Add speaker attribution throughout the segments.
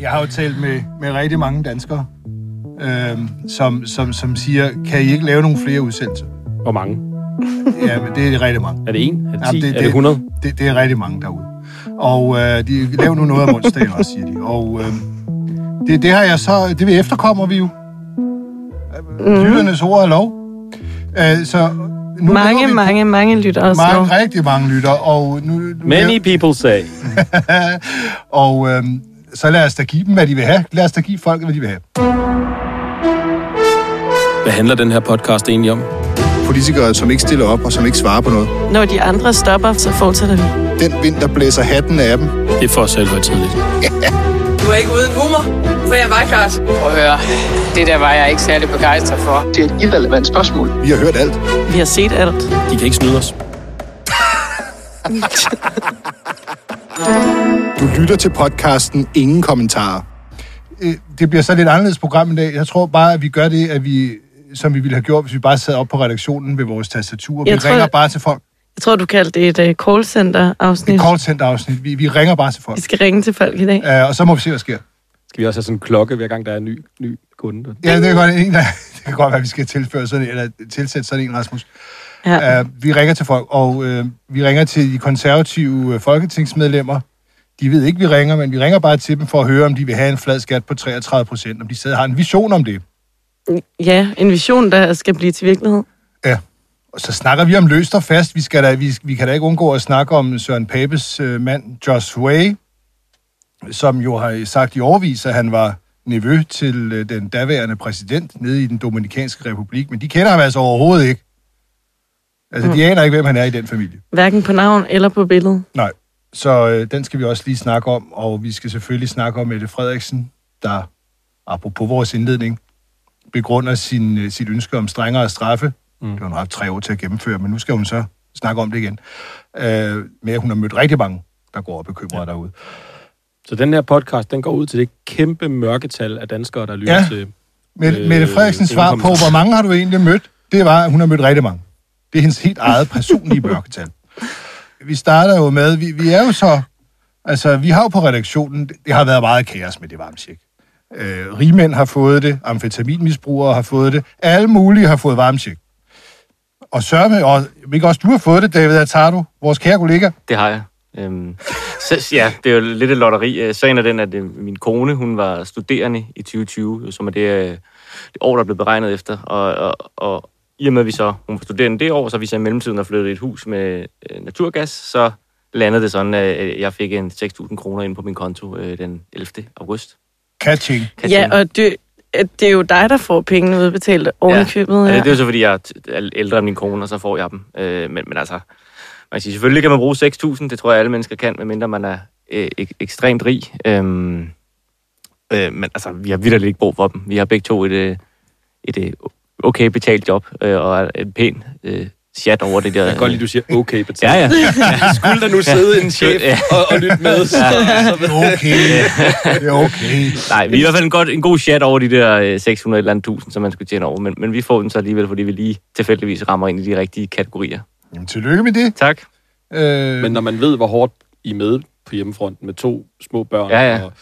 Speaker 1: Jeg har jo talt med, med rigtig mange danskere, øh, som, som, som siger, kan I ikke lave nogle flere udsendelser?
Speaker 2: Hvor mange?
Speaker 1: Ja, men det er rigtig mange.
Speaker 2: Er det en? Er det
Speaker 1: Jamen,
Speaker 2: 10? er det 100?
Speaker 1: Det, det er rigtig mange derude. Og øh, de laver nu noget om onsdagen også, siger de. Og øh, det, det har jeg så... Det vi efterkommer vi jo. Mm. Lytternes ord er lov. Øh, så nu laver
Speaker 3: Mhm. Mange,
Speaker 1: vi
Speaker 3: mange, mange lytter også nu.
Speaker 1: mange, rigtig mange lytter, og nu... nu
Speaker 2: Many people say.
Speaker 1: og øh, så lad os da give dem, hvad de vil have. Lad os da give folk, hvad de vil have.
Speaker 4: Hvad handler den her podcast egentlig om?
Speaker 5: Politikere, som ikke stiller op og som ikke svarer på noget.
Speaker 3: Når de andre stopper, så fortsætter vi.
Speaker 5: Den vind, der blæser hatten af dem.
Speaker 4: Det er for os selv tidligt.
Speaker 6: Du er ikke uden humor, for jeg var klart. Prøv at høre, det der var jeg ikke særlig begejstret for. Det er et irrelevant spørgsmål.
Speaker 5: Vi har hørt alt.
Speaker 3: Vi har set alt.
Speaker 4: De kan ikke snyde os.
Speaker 5: Du lytter til podcasten Ingen Kommentarer.
Speaker 1: Øh, det bliver så lidt anderledes program i dag. Jeg tror bare, at vi gør det, at vi som vi ville have gjort, hvis vi bare sad op på redaktionen ved vores tastatur. Vi
Speaker 3: Jeg tror,
Speaker 1: ringer
Speaker 3: jeg-
Speaker 1: bare til folk.
Speaker 3: Jeg tror, du kaldte det et uh, callcenter-afsnit.
Speaker 1: Et callcenter-afsnit. Vi, vi ringer bare til folk.
Speaker 3: Vi skal ringe til folk i dag.
Speaker 1: Uh, og så må vi se, hvad der sker.
Speaker 2: Skal vi også have sådan en klokke, hver gang der er en ny, ny kunde?
Speaker 1: Ja, det kan godt, en, det kan godt være, at vi skal tilføre sådan en, eller tilsætte sådan en, Rasmus.
Speaker 3: Ja.
Speaker 1: Uh, vi ringer til folk, og uh, vi ringer til de konservative øh, folketingsmedlemmer. De ved ikke, vi ringer, men vi ringer bare til dem for at høre, om de vil have en flad skat på 33 procent, om de stadig har en vision om det.
Speaker 3: ja, en vision, der skal blive til virkelighed.
Speaker 1: Ja. Og så snakker vi om løst og fast. Vi, skal da, vi, vi kan da ikke undgå at snakke om Søren Papes øh, mand, Josh Way, som jo har sagt i overvis, at han var nevø til øh, den daværende præsident nede i den Dominikanske Republik, men de kender ham altså overhovedet ikke. Altså, de aner ikke, hvem han er i den familie.
Speaker 3: Hverken på navn eller på billedet.
Speaker 1: Nej. Så øh, den skal vi også lige snakke om, og vi skal selvfølgelig snakke om Mette Frederiksen, der, apropos vores indledning, begrunder sin, øh, sit ønske om strengere straffe. Mm. Det har hun haft tre år til at gennemføre, men nu skal hun så snakke om det igen. Øh, med at hun har mødt rigtig mange, der går og bekymrer ja. derude.
Speaker 2: Så den her podcast, den går ud til det kæmpe mørketal af danskere, der lytter
Speaker 1: Ja.
Speaker 2: til...
Speaker 1: Mette, øh,
Speaker 2: Øh,
Speaker 1: Mette Frederiksens svar på,
Speaker 2: indkomst.
Speaker 1: hvor mange har du egentlig mødt, det var, at hun har mødt rigtig mange. Det er hendes helt eget personlige mørketal. Vi starter jo med, vi, vi er jo så, altså vi har jo på redaktionen, det, det har været meget kaos med det varme tjek. Øh, rigmænd har fået det, amfetaminmisbrugere har fået det, alle mulige har fået varmtjek. Og sørme, og ikke også du har fået det, David Atardo, vores kære kollega.
Speaker 7: Det har jeg. Øhm, så, ja, det er jo lidt et lotteri. Øh, Sagen er den, at øh, min kone, hun var studerende i 2020, som er det, øh, det år, der blev beregnet efter. Og, og, og i og med, at vi så, hun var studerende det år, så vi så i mellemtiden har flyttet i et hus med øh, naturgas, så landede det sådan, at øh, jeg fik en 6.000 kroner ind på min konto øh, den 11. august.
Speaker 1: Catching.
Speaker 7: Kan jeg
Speaker 3: Ja,
Speaker 7: tænke.
Speaker 3: og det, at det er jo dig, der får pengene udbetalt oven i købet.
Speaker 7: Ja. Altså,
Speaker 3: Ja.
Speaker 7: Det, det er jo så, fordi jeg er t- er ældre end min kone, og så får jeg dem. Øh, men, men altså, man kan sige, selvfølgelig kan man bruge 6.000, det tror jeg, alle mennesker kan, medmindre man er øh, ek- ekstremt rig. Øhm, øh, men altså, vi har vidderligt ikke brug for dem. Vi har begge to et, øh, et øh, okay betalt job, øh, og er en pæn øh, chat over det der.
Speaker 2: Jeg kan godt lide, du siger, okay,
Speaker 7: Ja,
Speaker 2: betalt.
Speaker 7: ja.
Speaker 2: Skulle der nu sidde en chef
Speaker 7: Ja.
Speaker 2: og, og lytte med, så, så ved
Speaker 1: Okay, det er okay.
Speaker 7: Nej, vi er i hvert fald en, godt, en god chat over de der øh, 600 eller andet tusind, som man skulle tjene over. Men, men vi får den så alligevel, fordi vi lige tilfældigvis rammer ind i de rigtige kategorier.
Speaker 1: Jamen, tillykke med det.
Speaker 7: Tak.
Speaker 1: Øh,
Speaker 2: Men når man ved, hvor hårdt I er med på hjemmefronten med to små børn,
Speaker 7: Ja, ja.
Speaker 2: Og,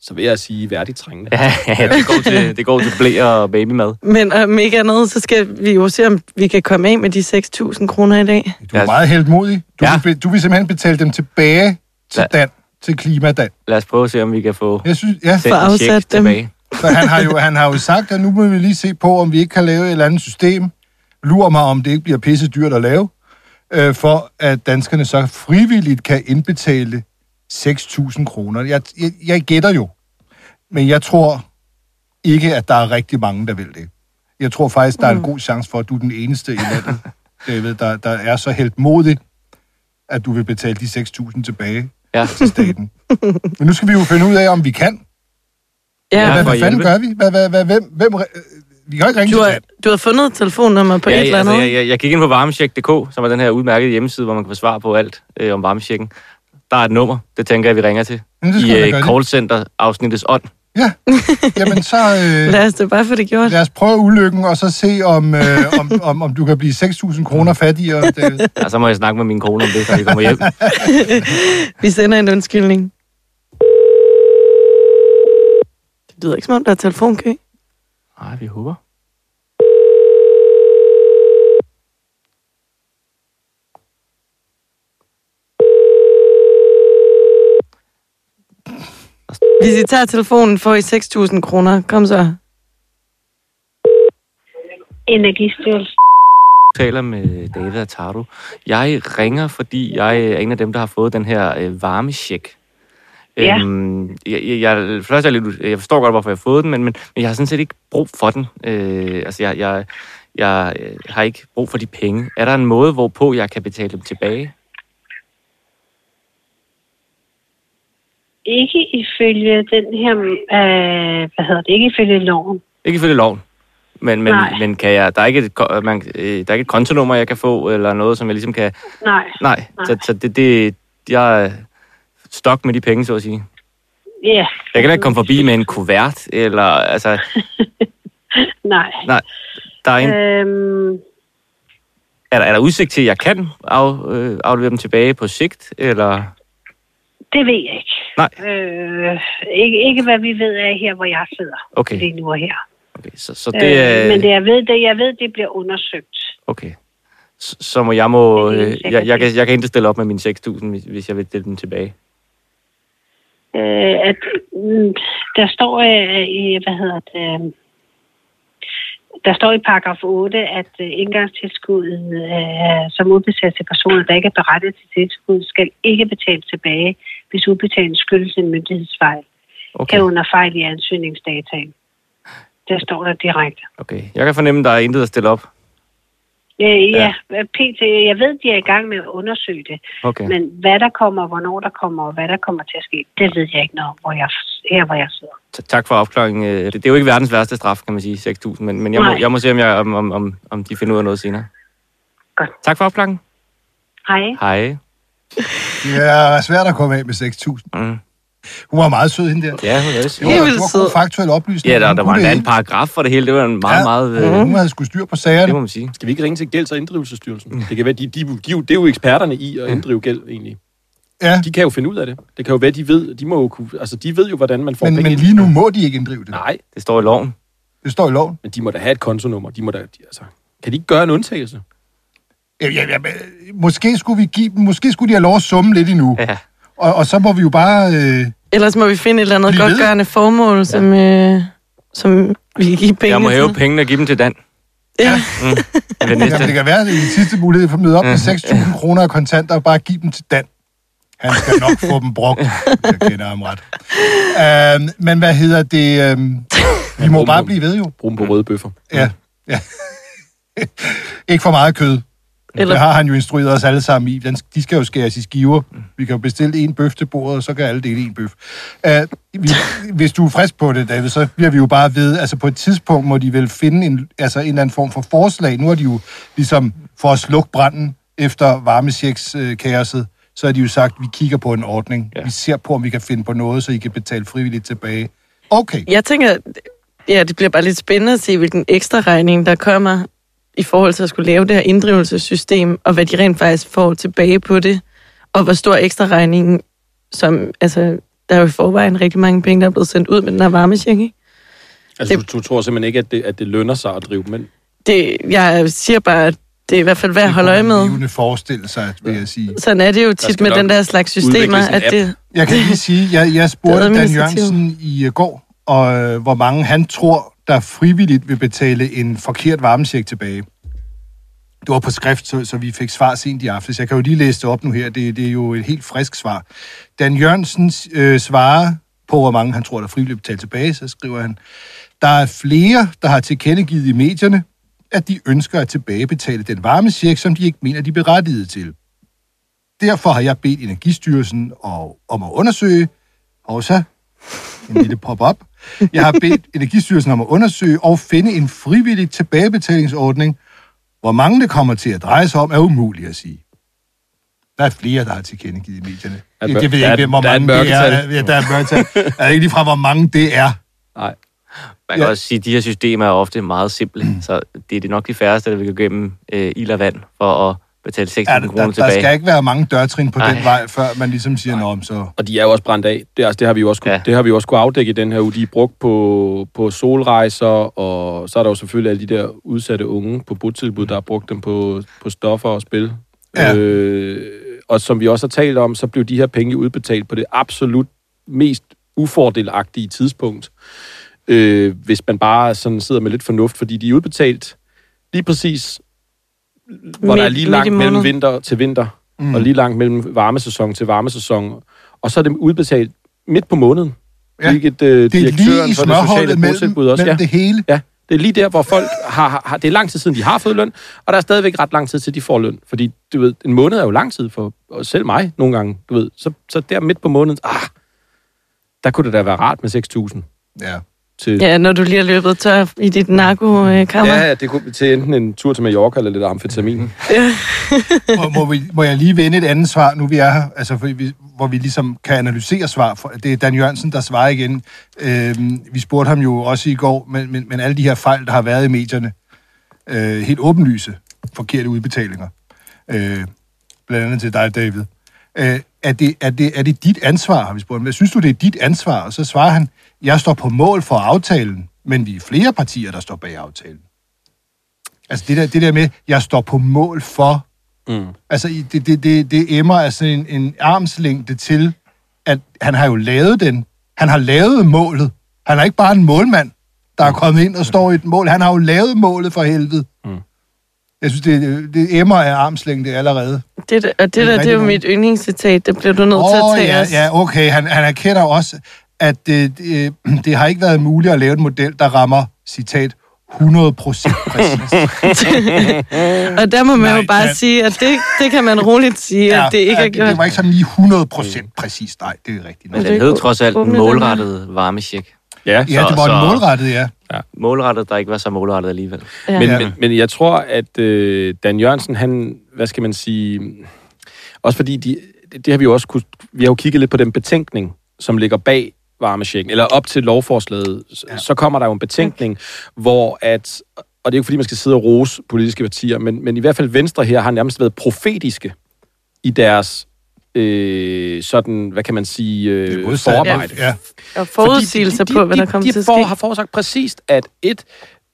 Speaker 2: så vil jeg sige, værdigt trængende.
Speaker 7: Ja, ja, det går til, det går til blæer og babymad.
Speaker 3: Men om ikke andet, så skal vi jo se, om vi kan komme af med de 6.000 kroner i dag.
Speaker 1: Du er
Speaker 7: Ja.
Speaker 1: meget heldmodig. Du, ja.
Speaker 7: Ja.
Speaker 1: vil, du vil simpelthen betale dem tilbage til
Speaker 7: Ja.
Speaker 1: Dan, til klimadan.
Speaker 7: Lad os prøve at se, om vi kan få
Speaker 1: Jeg synes, ja,
Speaker 7: sendt en
Speaker 3: afsat
Speaker 7: check
Speaker 3: dem.
Speaker 7: tilbage.
Speaker 1: for han har, jo, han har jo sagt, at nu må vi lige se på, om vi ikke kan lave et eller andet system. Lurer mig, om det ikke bliver pisse dyrt at lave, øh, for at danskerne så frivilligt kan indbetale 6.000 kroner. Jeg, jeg, jeg gætter jo, men jeg tror ikke, at der er rigtig mange, der vil det. Jeg tror faktisk, der er en god chance for, at du er den eneste i landet, David, der, der er så helt modig, at du vil betale de 6.000 tilbage
Speaker 7: Ja.
Speaker 1: til staten. Men nu skal vi jo finde ud af, om vi kan.
Speaker 3: Ja,
Speaker 7: Ja,
Speaker 1: Hvad,
Speaker 7: for
Speaker 1: hvad
Speaker 7: at
Speaker 1: fanden
Speaker 7: hjælpe.
Speaker 1: gør vi? Hvad, hvad, hvad, hvem, hvem, re- øh, vi kan jo ikke ringe
Speaker 3: du,
Speaker 1: til
Speaker 3: har,
Speaker 1: Dan.
Speaker 3: du har fundet et telefonnummer på
Speaker 7: ja,
Speaker 3: et eller andet.
Speaker 7: Altså, jeg, jeg, jeg gik ind på varmecheck.dk, som er den her udmærkede hjemmeside, hvor man kan få svar på alt øh, om varmechecken. Der er et nummer, det tænker jeg, vi ringer til.
Speaker 1: Jamen, det skal vi
Speaker 7: I
Speaker 1: da
Speaker 7: øh,
Speaker 1: gøre det.
Speaker 7: callcenter-afsnittets ånd.
Speaker 1: Ja, jamen så øh,
Speaker 3: Lad os da bare få det gjort.
Speaker 1: lad os prøve ulykken, og så se, om, øh, om, om, om du kan blive 6.000 kroner fattigere. David.
Speaker 7: Og så må jeg snakke med min kone om det, når vi kommer hjem.
Speaker 3: Vi sender en undskyldning. Det lyder ikke, som om der er telefonkø.
Speaker 7: Nej, vi håber.
Speaker 3: Hvis I tager telefonen, får I 6.000 kroner. Kom så.
Speaker 8: Energistyrelsen.
Speaker 7: taler med David Ataru. Jeg ringer, fordi jeg er en af dem, der har fået den her øh, varmesjek.
Speaker 8: Ja.
Speaker 7: Øhm, jeg, jeg, jeg, først er jeg, lidt, ud- jeg forstår godt, hvorfor jeg har fået den, men, men, men jeg har sådan set ikke brug for den. Øh, altså, jeg, jeg, jeg øh, har ikke brug for de penge. Er der en måde, hvorpå jeg kan betale dem tilbage?
Speaker 8: Ikke ifølge den her, øh, hvad hedder det, ikke ifølge loven.
Speaker 7: Ikke ifølge loven. Men, men,
Speaker 8: Nej.
Speaker 7: men kan jeg, der, er ikke et, ko- man, øh, der er ikke et kontonummer, jeg kan få, eller noget, som jeg ligesom kan...
Speaker 8: Nej,
Speaker 7: Nej,
Speaker 8: Nej.
Speaker 7: så, så det, det, jeg er stok med de penge, så at sige.
Speaker 8: ja,
Speaker 7: Jeg kan da ikke komme forbi med en kuvert, eller altså,
Speaker 8: nej.
Speaker 7: der er, en,
Speaker 8: Øhm,
Speaker 7: er, der, er der udsigt til, at jeg kan af, øh, aflevere dem tilbage på sigt, eller...
Speaker 8: det ved jeg ikke.
Speaker 7: Nej.
Speaker 8: Øh, ikke. Ikke hvad vi ved af her, hvor jeg sidder
Speaker 7: Okay,
Speaker 8: lige nu og her.
Speaker 7: okay så, så det
Speaker 8: øh, men det,
Speaker 7: er...
Speaker 8: jeg, ved, det, jeg ved, det bliver undersøgt.
Speaker 7: Okay. Så, så må jeg må...
Speaker 8: Det er
Speaker 7: Øh,
Speaker 8: helt
Speaker 7: jeg, jeg,
Speaker 8: sikkert.
Speaker 7: kan, jeg kan ikke stille op med mine 6.000, hvis, hvis jeg vil dele dem tilbage.
Speaker 8: Øh, at, mm, der står øh, i, hvad hedder det, øh, der står i paragraf 8, at øh, indgangstilskuddet, øh, som udbetales til personer, der ikke er berettiget til tilskud, skal ikke betales tilbage, hvis udbetalingen skyldes en myndighedsfejl, okay.
Speaker 7: Okay,
Speaker 8: herunder fejl i ansøgningsdataen. Der står der direkte.
Speaker 7: okay. Jeg kan fornemme, at der er intet at stille op.
Speaker 8: Øh, ja, ja, PT, jeg ved, de er i gang med at undersøge det,
Speaker 7: Okay,
Speaker 8: men hvad der kommer, hvornår der kommer, og hvad der kommer til at ske, det ved jeg ikke noget om, hvor jeg, her hvor jeg sidder.
Speaker 7: T- tak for opklaringen. Øh, Det, det er jo ikke verdens værste straf, kan man sige, 6.000, men, men jeg, må,
Speaker 8: Nej.
Speaker 7: jeg må se, om, jeg, om, om, om, om de finder ud af noget senere.
Speaker 8: Godt.
Speaker 7: Tak for opklaringen.
Speaker 8: Hej.
Speaker 7: Hej.
Speaker 1: Det er svært at komme af med 6.000.
Speaker 7: Mm.
Speaker 1: Hun var meget sød, hende der.
Speaker 7: Ja, hun er det.
Speaker 1: Det var,
Speaker 3: vildt
Speaker 1: det var god
Speaker 3: sød.
Speaker 1: faktuel oplysning.
Speaker 7: Ja, der,
Speaker 1: Hun
Speaker 7: der var
Speaker 1: kunne
Speaker 7: en
Speaker 1: det
Speaker 7: anden
Speaker 1: ikke.
Speaker 7: paragraf for det hele. Det var en meget,
Speaker 1: Ja. Mhm.
Speaker 7: ja. meget...
Speaker 1: Ja,
Speaker 7: Øh,
Speaker 1: Hun havde sgu styr på
Speaker 7: det
Speaker 1: sagerne.
Speaker 7: må man sige.
Speaker 2: Skal vi ikke ringe til Gælds- og Inddrivelsesstyrelsen? Det kan være, de, de, de, de, er jo- det er jo eksperterne i at inddrive gæld, egentlig.
Speaker 1: Ja,
Speaker 2: De kan jo finde ud af det. Det kan jo være, de ved, de må jo kunne, altså, de ved jo, hvordan man får
Speaker 1: men,
Speaker 2: penge
Speaker 1: men
Speaker 2: ind.
Speaker 1: lige nu må de ikke inddrive det.
Speaker 2: Nej,
Speaker 7: Det står i loven.
Speaker 1: Det står i loven.
Speaker 2: men de må da have et kontonummer. De må da, de, altså, kan de ikke gøre en undtagelse?
Speaker 1: Ja, ja, ja, men, øh, måske skulle vi give dem, måske skulle de have lov at summe lidt endnu.
Speaker 7: Ja.
Speaker 1: Og, og så må vi jo bare... Øh,
Speaker 3: Ellers må vi finde et eller andet
Speaker 1: Bliv ved.
Speaker 3: godtgørende formål, som, øh, som vi kan give penge
Speaker 7: Jeg må hæve
Speaker 3: til.
Speaker 7: pengene og give dem til Dan.
Speaker 3: Ja.
Speaker 7: Mm. Ved
Speaker 1: jamen, det
Speaker 7: næste.
Speaker 1: kan være, at det er den sidste mulighed for at møde op med 6.000 kroner og kontanter og bare give dem til Dan. Han skal nok få dem brugt. Jeg kender ham ret. Øhm, men hvad hedder det? Øhm, vi må bare blive ved jo.
Speaker 2: Brug dem på røde bøffer.
Speaker 1: Ja. ja. ikke for meget kød. Eller...
Speaker 3: Eller-
Speaker 1: Det har han jo instrueret os alle sammen i. Den, de skal jo skæres i skiver. Vi kan jo bestille en bøf til bordet, og så kan alle dele en bøf. Uh, vi, hvis du er frisk på det, David, så bliver vi jo bare ved. Altså på et tidspunkt må de vel finde en, altså en eller anden form for forslag. Nu har de jo ligesom for at slukke branden efter varmesjekskaoset, så har de jo sagt, vi kigger på en ordning. Ja. Vi ser på, om vi kan finde på noget, så I kan betale frivilligt tilbage. Okay.
Speaker 3: Jeg tænker, ja, det bliver bare lidt spændende at se, hvilken ekstra regning, der kommer i forhold til at skulle lave det her inddrivelsessystem, og hvad de rent faktisk får tilbage på det, og hvor stor ekstra regningen, som, altså, der er jo i forvejen rigtig mange penge, der er blevet sendt ud med den her varmesjek, ikke?
Speaker 2: Altså,
Speaker 3: Det-
Speaker 2: du, du, tror simpelthen ikke, at det, at det lønner sig at drive dem ind.
Speaker 3: Det, jeg siger bare, at det er i hvert fald værd at holde øje med.
Speaker 1: Det forestille sig, vil jeg sige.
Speaker 3: Sådan er det jo tit
Speaker 2: skal
Speaker 3: med
Speaker 2: nok
Speaker 3: den der slags systemer,
Speaker 2: udvikles en
Speaker 3: at
Speaker 2: app.
Speaker 3: det...
Speaker 1: Jeg kan lige sige, jeg, jeg
Speaker 3: Det er
Speaker 1: spurgte Dan
Speaker 3: administrativt.
Speaker 1: Jørgensen i øh, går, og, øh, hvor mange han tror, der frivilligt vil betale en forkert varmesjek tilbage. Det var på skrift, så, så vi fik svar sent i aftes. Jeg kan jo lige læse det op nu her. Det, det er jo et helt frisk svar. Dan Jørgensen øh, svarer på, hvor mange han tror, der frivilligt vil betale tilbage. Så skriver han, der er flere, der har tilkendegivet i medierne, at de ønsker at tilbagebetale den varmesjek, som de ikke mener, de er berettiget til. Derfor har jeg bedt Energistyrelsen og, om at undersøge, og så en lille pop-up. Jeg har bedt Energistyrelsen om at undersøge og finde en frivillig tilbagebetalingsordning. Hvor mange det kommer til at dreje sig om, er umuligt at sige. Der er flere, der har tilkendegivet i medierne.
Speaker 2: Der er
Speaker 1: Det, det ved jeg
Speaker 2: mør-
Speaker 1: ikke, hvor
Speaker 2: der er et
Speaker 1: mange det er.
Speaker 2: mørketal.
Speaker 1: Ja, der er et mørketal. Jeg ved ikke lige fra, hvor mange det er.
Speaker 2: Nej.
Speaker 7: Man kan
Speaker 1: Ja. Mm.
Speaker 7: også sige, at de her systemer er ofte meget simple, så det er det nok de færreste, der vil gå igennem øh, ild og vand for at betale
Speaker 1: Ja,
Speaker 7: 6.000
Speaker 1: der,
Speaker 7: kroner
Speaker 1: der, der
Speaker 7: tilbage.
Speaker 1: skal ikke være mange dørtrin på
Speaker 7: Nej.
Speaker 1: Ej. den vej, før man ligesom siger, Ej. om så...
Speaker 2: Og de er jo også brændt af. Det, er- altså, det har vi jo også, kunne,
Speaker 7: Ja.
Speaker 2: ja. det har vi jo også kunne afdække i den her uge. De er brugt på, på solrejser, og så er der jo selvfølgelig alle de der udsatte unge på botilbud, der har brugt dem på, på stoffer og spil.
Speaker 1: Ja.
Speaker 2: Øh, og som vi også har talt om, så blev de her penge udbetalt på det absolut mest ufordelagtige tidspunkt. Øh, hvis man bare sådan sidder med lidt fornuft, fordi de er udbetalt lige præcis, hvor der er lige langt mellem vinter til vinter, mm. og lige langt mellem varmesæson til varmesæson. Og så er det udbetalt midt på måneden,
Speaker 1: Ja.
Speaker 2: ja. hvilket øh,
Speaker 1: Det er
Speaker 2: direktøren
Speaker 1: lige i
Speaker 2: for det sociale
Speaker 1: smørholdet mellem,
Speaker 2: botilbud også.
Speaker 1: mellem
Speaker 2: Ja.
Speaker 1: det hele.
Speaker 2: ja, det er lige der, hvor folk har, har, har... Det er lang tid siden, de har fået løn, og der er stadigvæk ret lang tid til, de får løn. Fordi, du ved, en måned er jo lang tid for og selv mig nogle gange, du ved. Så, så der midt på måneden, ah, der kunne det da være rart med 6.000
Speaker 1: Ja.
Speaker 2: til...
Speaker 3: Ja, når du lige har løbet tør i dit narkokammer.
Speaker 2: Ja, ja, det kunne til enten en tur til Mallorca eller lidt amfetamin.
Speaker 1: Må, må, vi, må jeg lige vende et andet svar, nu vi er her, altså, for vi, hvor vi ligesom kan analysere svar. For- Det er Dan Jørgensen, der svarer igen. Øhm, vi spurgte ham jo også i går, men, men, men alle de her fejl, der har været i medierne, øh, helt åbenlyse, forkerte udbetalinger, øh, blandt andet til dig, David. Øh, er, det, er, det, er det dit ansvar, har vi spurgt ham. Hvad synes du, det er dit ansvar? Og så svarer han, jeg står på mål for aftalen, men vi er flere partier, der står bag aftalen. Altså det der, det der med, jeg står på mål for
Speaker 2: Mm.
Speaker 1: Altså, i- det, det, det, det emmer af sådan en, en armslængde til, at han har jo lavet den. Han har lavet målet. Han er ikke bare en målmand, der
Speaker 7: Mm.
Speaker 1: er kommet ind og står i et mål. Han har jo lavet målet for helvede. Mm. Jeg synes, det, det emmer af armslængde allerede.
Speaker 3: Det, der- og det
Speaker 1: er
Speaker 3: der, det er jo
Speaker 1: rigtig
Speaker 3: mit yndlingscitat. Det bliver du nødt til
Speaker 1: Åh,
Speaker 3: at tage
Speaker 1: ja,
Speaker 3: os.
Speaker 1: ja, okay. Han, han erkender også, at det, det, det har ikke været muligt at lave en model, der rammer, citat, 100 procent præcis.
Speaker 3: Og der må man
Speaker 1: Nej,
Speaker 3: jo bare
Speaker 1: ja.
Speaker 3: sige, at det, det kan man roligt sige, at det ikke er
Speaker 1: det,
Speaker 3: gjort.
Speaker 1: det var ikke sådan lige 100 procent præcis. Nej, det er rigtigt. Nok.
Speaker 3: Men
Speaker 7: Den hed trods alt en
Speaker 3: Åbne den her.
Speaker 7: målrettet varmesjek.
Speaker 2: Ja,
Speaker 1: Ja,
Speaker 7: så-
Speaker 1: det var
Speaker 7: så-
Speaker 1: en målrettet, ja.
Speaker 7: Målrettet, der ikke var så målrettet alligevel.
Speaker 3: Ja.
Speaker 2: Men,
Speaker 1: Ja.
Speaker 2: ja. men, men jeg tror, at øh, Dan Jørgensen, han, hvad skal man sige, også fordi, de, det, det har vi jo også kunne, vi har jo kigget lidt på den betænkning, som ligger bag varmesjekken, eller op til lovforslaget, ja. så kommer der jo en betænkning, hvor at, og det er jo ikke fordi, man skal sidde og rose politiske partier, men, men i hvert fald Venstre her har nærmest været profetiske i deres øh, sådan, hvad kan man sige,
Speaker 1: Det er
Speaker 2: øh,
Speaker 1: modsatte.
Speaker 2: forarbejde
Speaker 1: Ja.
Speaker 3: Og forudsigelser på, hvad der kommer
Speaker 2: de,
Speaker 3: til at
Speaker 2: for,
Speaker 3: ske.
Speaker 2: har forudsagt præcist, at et,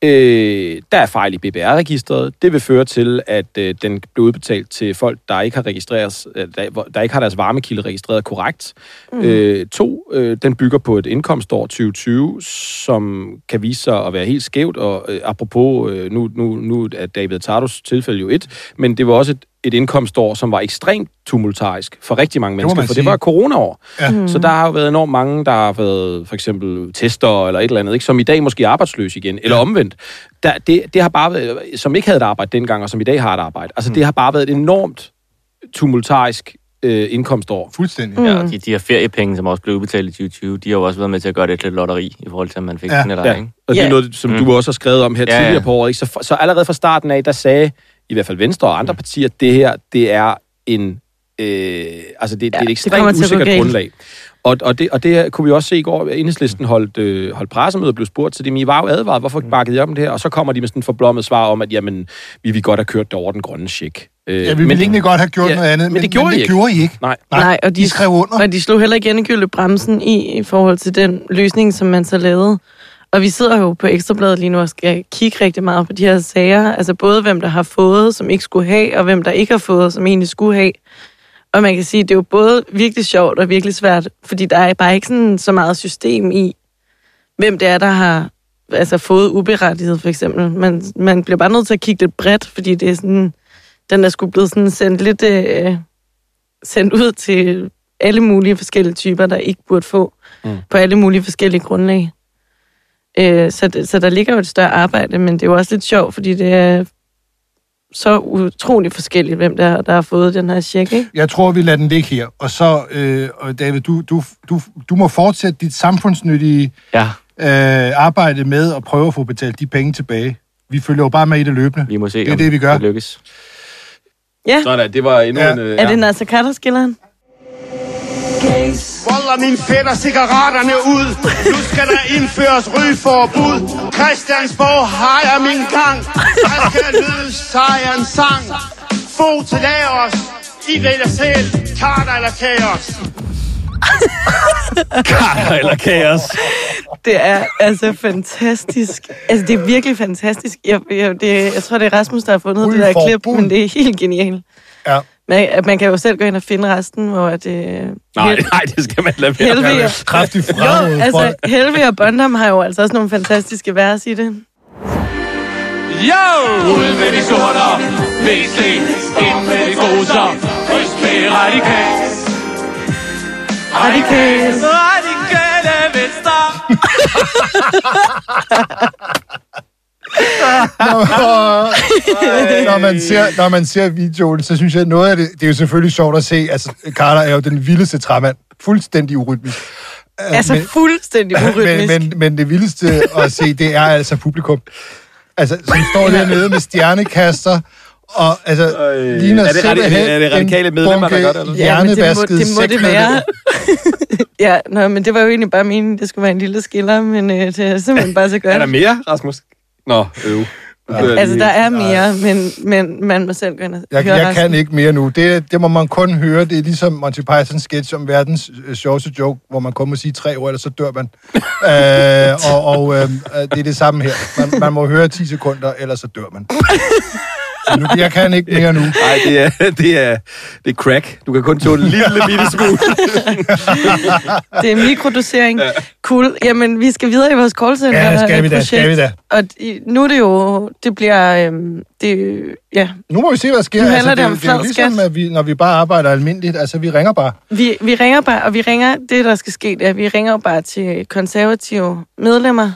Speaker 2: øh, der er fejl i BBR-registret. Det vil føre til, at øh, den bliver udbetalt til folk, der ikke har registreret, øh, der, hvor- der ikke har deres varmekilde registreret korrekt. Mm.
Speaker 3: Mhm.
Speaker 2: Øh, to, øh, den bygger på et indkomstår 2020, som kan vise sig at være helt skævt, og øh, apropos, øh, nu, nu, nu er David Tardos tilfælde jo et, men det var også et, et indkomstår, som var ekstremt tumultarisk for rigtig mange
Speaker 1: må
Speaker 2: mennesker,
Speaker 1: man
Speaker 2: for
Speaker 1: sige.
Speaker 2: det var coronaår.
Speaker 1: Ja.
Speaker 2: Mm. Så der har jo været enormt mange, der har været for eksempel tester eller et eller andet, ikke? som i dag måske er arbejdsløse igen, eller omvendt. Der, det, det har bare været, som ikke havde et arbejde dengang, og som i dag har et arbejde. Altså det har bare været et enormt tumultarisk øh, indkomstår.
Speaker 1: Fuldstændig.
Speaker 3: Mm.
Speaker 7: Ja, og de, de her feriepenge, som også blev udbetalt i 2020, de har jo også været med til at gøre det til et lotteri, i forhold til, at man fik
Speaker 1: Ja.
Speaker 7: ja. den eller
Speaker 2: Ja.
Speaker 7: ej, ikke?
Speaker 2: Og det
Speaker 3: Ja.
Speaker 2: er noget, som
Speaker 7: Mm.
Speaker 2: du også har skrevet om her
Speaker 7: Ja, ja.
Speaker 2: tidligere på året. Ikke? Så, for- så allerede fra starten af, der sagde i hvert fald Venstre og andre partier, at det her, det er en... Øh, altså, det, ja, det er et
Speaker 3: det
Speaker 2: ekstremt
Speaker 3: kommer til at gå
Speaker 2: usikkert
Speaker 3: galt.
Speaker 2: grundlag. Og, og, det, og det her kunne vi også se i går, at Enhedslisten holdt, øh, holdt pressemøde og blev spurgt til det, men I var jo advaret, hvorfor bakkede I om det her? Og så kommer de med sådan en forblommet svar om, at jamen, vi vil godt have kørt det over den grønne check. Øh,
Speaker 1: Ja, vi ville
Speaker 2: men-
Speaker 1: egentlig godt have gjort ja,
Speaker 2: ja,
Speaker 1: noget andet,
Speaker 2: men det gjorde
Speaker 1: men
Speaker 2: I
Speaker 1: det
Speaker 2: ikke.
Speaker 1: gjorde I ikke.
Speaker 2: Nej,
Speaker 3: Nej, og de,
Speaker 1: I skrev under.
Speaker 3: og de slog heller ikke endegyldigt bremsen i, i forhold til den løsning, som man så lavede. Og vi sidder jo på Ekstrabladet lige nu og skal kigge rigtig meget på de her sager. Altså både hvem der har fået, som ikke skulle have, og hvem der ikke har fået, som egentlig skulle have. Og man kan sige, det er jo både virkelig sjovt og virkelig svært, fordi der er bare ikke sådan, så meget system i, hvem det er, der har altså, fået uberettiget, for eksempel. Man, man bliver bare nødt til at kigge lidt bredt, fordi det er sådan, den er sgu blevet sådan sendt lidt øh, sendt ud til alle mulige forskellige typer, der ikke burde få mm. på alle mulige forskellige grundlag. Øh, så, det- så der ligger jo et større arbejde, men det er jo også lidt sjovt, fordi det er så utrolig forskelligt, hvem der, der har fået den her check, ikke?
Speaker 1: Jeg tror, vi lader den ligge her. Og så, øh, og David, du, du, du, du må fortsætte dit samfundsnyttige
Speaker 7: Ja,
Speaker 1: øh, arbejde med at prøve at få betalt de penge tilbage. Vi følger jo bare med i det løbende.
Speaker 7: vi må se,
Speaker 1: Det er
Speaker 7: om
Speaker 1: det, vi gør.
Speaker 7: det lykkes.
Speaker 2: sådan, det var endnu
Speaker 1: Ja.
Speaker 2: en... Øh,
Speaker 3: Ja. Er det Nasser Carter-skilleren?
Speaker 9: Volder min fætter cigaretterne ud. Nu skal der indføres rygeforbud. Christiansborg har jeg min gang. Der skal lyde sejren sang. få til os. I vælger selv, karter eller kaos.
Speaker 2: Karter eller kaos.
Speaker 3: Det er altså fantastisk. Altså, det er virkelig fantastisk. Jeg, jeg, det, jeg tror, det er Rasmus, der har fundet
Speaker 1: Ryg
Speaker 3: det der
Speaker 1: for
Speaker 3: klip,
Speaker 1: bun.
Speaker 3: men det er helt genialt.
Speaker 1: Ja.
Speaker 3: Man, at man kan jo selv gå ind og finde resten, hvor det...
Speaker 2: Nej, nej, det skal man lade være.
Speaker 3: Helvede.
Speaker 1: Kraftigt
Speaker 3: Jo,
Speaker 1: fremad
Speaker 3: altså, Helve og Bondam har jo altså også nogle fantastiske vers i det.
Speaker 6: Jo! Ud med de sorter, VC, ind med de goser, øst med radikal.
Speaker 3: Radikal.
Speaker 6: Radikale venstre.
Speaker 1: når, man ser, når man ser videoen, så synes jeg, at noget af det, det er jo selvfølgelig sjovt at se. Altså, Carter er jo den vildeste træmand. Fuldstændig urytmisk. Øh,
Speaker 3: Altså
Speaker 1: men-
Speaker 3: fuldstændig
Speaker 1: men,
Speaker 3: urytmisk.
Speaker 1: men, men det vildeste at se, det er altså publikum. Altså, som står dernede med stjernekaster, og altså, øh, ligner
Speaker 2: er det radi-
Speaker 1: simpelthen
Speaker 2: er det radikale
Speaker 1: en
Speaker 2: medlemmer, der
Speaker 1: bunke
Speaker 2: gør det, eller hvad?
Speaker 3: Ja, men det må
Speaker 1: hjernevasket
Speaker 3: det, må det
Speaker 1: sækklade.
Speaker 3: være. ja, nå, men det var jo egentlig bare meningen, det skulle være en lille skiller, men øh, det er simpelthen bare så godt.
Speaker 2: Er der mere, Rasmus? Nå, øv. Ja.
Speaker 3: Altså, der er mere, men, men man må selv gå ind og
Speaker 1: Jeg,
Speaker 3: høre
Speaker 1: jeg
Speaker 3: resten.
Speaker 1: kan ikke mere nu. Det, det må man kun høre. Det er ligesom Monty Pythons sketch om verdens øh, sjoveste joke, hvor man kun må sige tre ord, ellers så dør man. øh, og og øh, øh, det er det samme her. Man, man må høre 10 sekunder, ellers så dør man. Så nu, jeg kan ikke mere nu.
Speaker 2: Nej, det er, det, er, det er crack. Du kan kun tåle en lille, bitte smule.
Speaker 3: Det er mikrodosering. Cool. Jamen, vi skal videre i vores callcenter. øh,
Speaker 1: Ja, skal vi da,
Speaker 3: projekt.
Speaker 1: skal vi da.
Speaker 3: Og i- nu er det jo, det bliver, øhm, det, ja,
Speaker 1: Nu må vi se, hvad der sker. Altså,
Speaker 3: Nu handler
Speaker 1: det, er
Speaker 3: det om
Speaker 1: jo- det er jo
Speaker 3: flad
Speaker 1: ligesom,
Speaker 3: skat.
Speaker 1: at vi, når vi bare arbejder almindeligt. Altså, vi ringer bare.
Speaker 3: vi, vi ringer bare, og vi ringer, det der skal ske, det er, at vi ringer jo bare til konservative medlemmer,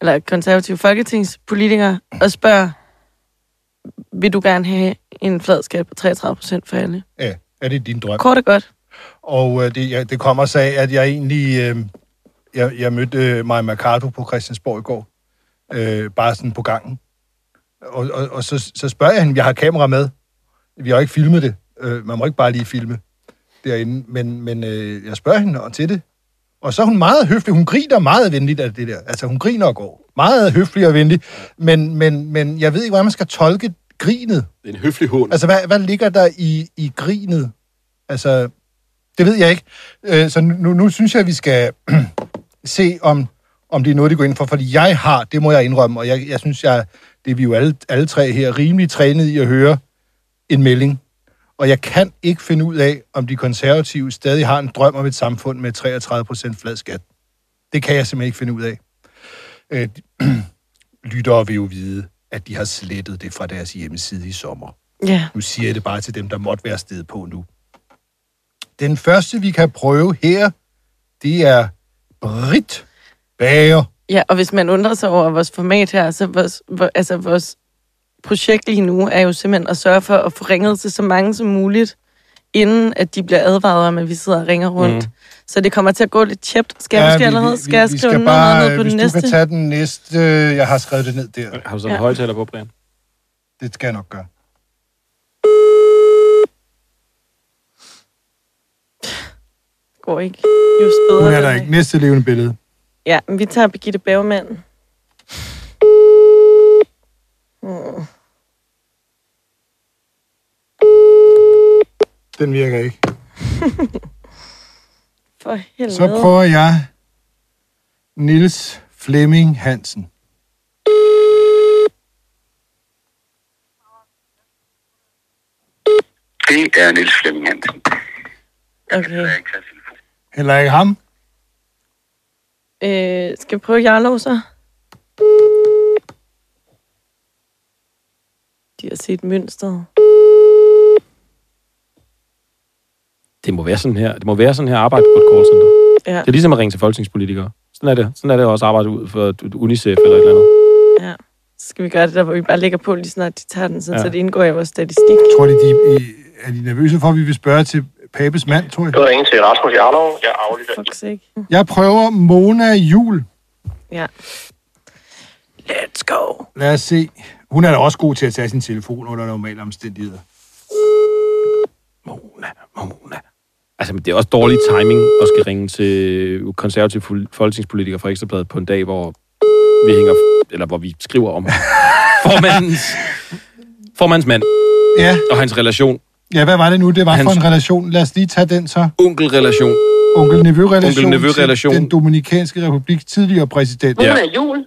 Speaker 3: eller konservative folketingspolitikere, og spørger, vil du gerne have en flad skat på 33 procent for alle?
Speaker 1: Ja, er det din drøm?
Speaker 3: Kort og godt.
Speaker 1: Og øh, det, jeg, det kommer så af, at jeg egentlig... Øh, jeg, jeg mødte øh, Maja Mercado på Christiansborg i går. Øh, bare sådan på gangen. Og, og, og så, så spørger jeg hende, jeg har kamera med. Vi har jo ikke filmet det. Øh, man må ikke bare lige filme derinde. Men, men øh, jeg spørger hende og til det. Og så er hun meget høflig. Hun griner meget venligt af det der. Altså, hun griner og går. Meget høflig og venlig. Men, men, men jeg ved ikke, hvordan man skal tolke grinet.
Speaker 2: Det er en høflig hund.
Speaker 1: Altså, hvad, hvad ligger der i, i grinet? Altså, det ved jeg ikke. Øh, så nu, nu synes jeg, at vi skal se, om, om det er noget, de går ind for. Fordi jeg har, det må jeg indrømme, og jeg, jeg synes, jeg, det er vi jo alle, alle tre her rimelig trænet i at høre en melding. Og jeg kan ikke finde ud af, om de konservative stadig har en drøm om et samfund med 33 procent flad skat. Det kan jeg simpelthen ikke finde ud af. Øh, lyttere vil jo vide, at de har slettet det fra deres hjemmeside i sommer.
Speaker 3: Ja,
Speaker 1: Nu siger jeg det bare til dem, der måtte være sted på nu. Den første, vi kan prøve her, det er Brit Bager.
Speaker 3: ja og hvis man undrer sig over vores format her, så vores, vor, altså vores projekt lige nu er jo simpelthen at sørge for at få ringet til så mange som muligt, inden at de bliver advaret om, at vi sidder og ringer rundt. Mm. Så det kommer til at gå lidt tjept. Skal jeg måske allerede skal jeg
Speaker 1: vi
Speaker 3: skrive
Speaker 1: skal
Speaker 3: noget, noget
Speaker 1: bare,
Speaker 3: ned på
Speaker 1: hvis
Speaker 3: den
Speaker 1: du
Speaker 3: næste?
Speaker 1: kan tage den næste, jeg har skrevet det ned der.
Speaker 2: Har du sådan en
Speaker 3: Ja.
Speaker 2: højtaler på, Brian?
Speaker 1: Det skal jeg nok gøre.
Speaker 3: Går ikke. Just bedre.
Speaker 1: Hun er
Speaker 3: den
Speaker 1: der
Speaker 3: her.
Speaker 1: ikke. Næste levende billede.
Speaker 3: Ja, men vi tager Birgitte Bergmann. Mm.
Speaker 1: Den virker ikke.
Speaker 3: For helvede.
Speaker 1: Så prøver jeg Nils Flemming Hansen.
Speaker 10: Det er Niels Flemming Hansen.
Speaker 3: Okay.
Speaker 1: Heller ikke ham.
Speaker 3: Øh, skal vi prøve Jarlov så? De har set mønstret.
Speaker 2: Det må være sådan her. Det må være sådan her at arbejde på et callcenter.
Speaker 3: Ja,
Speaker 2: Det er ligesom at ringe til folketingspolitikere. Sådan er det. Sådan er det også at arbejde ud for et UNICEF eller et eller andet.
Speaker 3: ja. Så skal vi gøre det der, hvor vi bare lægger på lige snart de tager den, sådan,
Speaker 2: Ja.
Speaker 3: ja. så det indgår i vores statistik.
Speaker 1: Tror de, de er de nervøse for, at vi vil spørge til Papes mand, tror jeg?
Speaker 10: Du har ringet til Rasmus Jarlov. Jeg aflytter.
Speaker 3: Fuck sake.
Speaker 1: Jeg prøver Mona Jul.
Speaker 3: Ja. Let's go.
Speaker 1: Lad os se. Hun er da også god til at tage sin telefon under normale omstændigheder.
Speaker 2: Mona, Mona. Altså, men det er også dårlig timing at skal ringe til konservative fol- folketingspolitikere fra Ekstrabladet på en dag, hvor vi hænger, eller hvor vi skriver om formandens, formandens mand.
Speaker 1: Ja.
Speaker 2: Og hans relation.
Speaker 1: Ja, hvad var det nu, det var
Speaker 2: Hans-
Speaker 1: Hans... for en relation? Lad os lige tage den så.
Speaker 2: Onkelrelation.
Speaker 1: Onkel Nevø-relation
Speaker 2: Onkel Nevø-relation.
Speaker 1: til den Dominikanske Republik tidligere præsident.
Speaker 2: Ja. Hun
Speaker 10: er jul.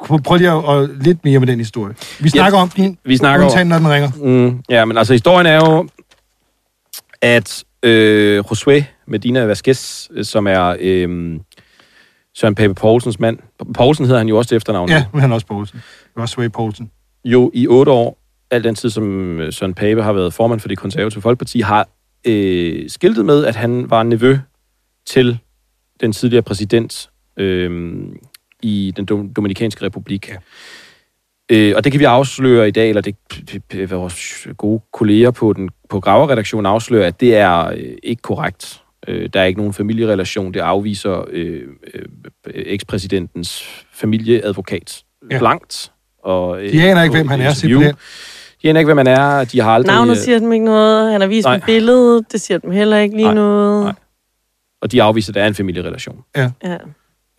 Speaker 1: Prøv, prøv lige at, og lidt mere med den historie. Vi snakker ja, om den,
Speaker 2: vi snakker om-
Speaker 1: undtagen, når den ringer.
Speaker 2: Mm, ja, men altså historien er jo, at øh, Josué Medina Vasquez, øh, som er øh, Søren Pape Poulsens mand, Poulsen hedder han jo også til efternavn,
Speaker 1: Ja, men han er også Poulsen. Rosway Poulsen.
Speaker 2: jo i otte år, al den tid, som øh, Søren Pape har været formand for det konservative folkeparti, har øh, skiltet med, at han var nevø til den tidligere præsident øh, i den Dom- Dominikanske Republik. Ja. Øh, og det kan vi afsløre i dag, eller det det- det- vores gode kolleger på, den, på Graverredaktionen afslører, at det er øh, ikke korrekt. Øh, der er ikke nogen familierelation. Det afviser øh, øh, ekspræsidentens familieadvokat ja.
Speaker 1: Ja.
Speaker 2: blankt. Og, øh,
Speaker 1: De aner ikke,
Speaker 2: på
Speaker 1: hvem
Speaker 2: et
Speaker 1: han er,
Speaker 2: interview.
Speaker 1: simpelthen.
Speaker 2: De aner ikke, hvem han er. og De har aldrig...
Speaker 3: Navnet
Speaker 2: øh,
Speaker 3: siger dem ikke noget. Han har vist
Speaker 2: Nej.
Speaker 3: et billede. Det siger dem heller ikke lige
Speaker 2: Nej,
Speaker 3: noget.
Speaker 2: nej. Og de afviser, at der er en familierelation.
Speaker 3: Ja.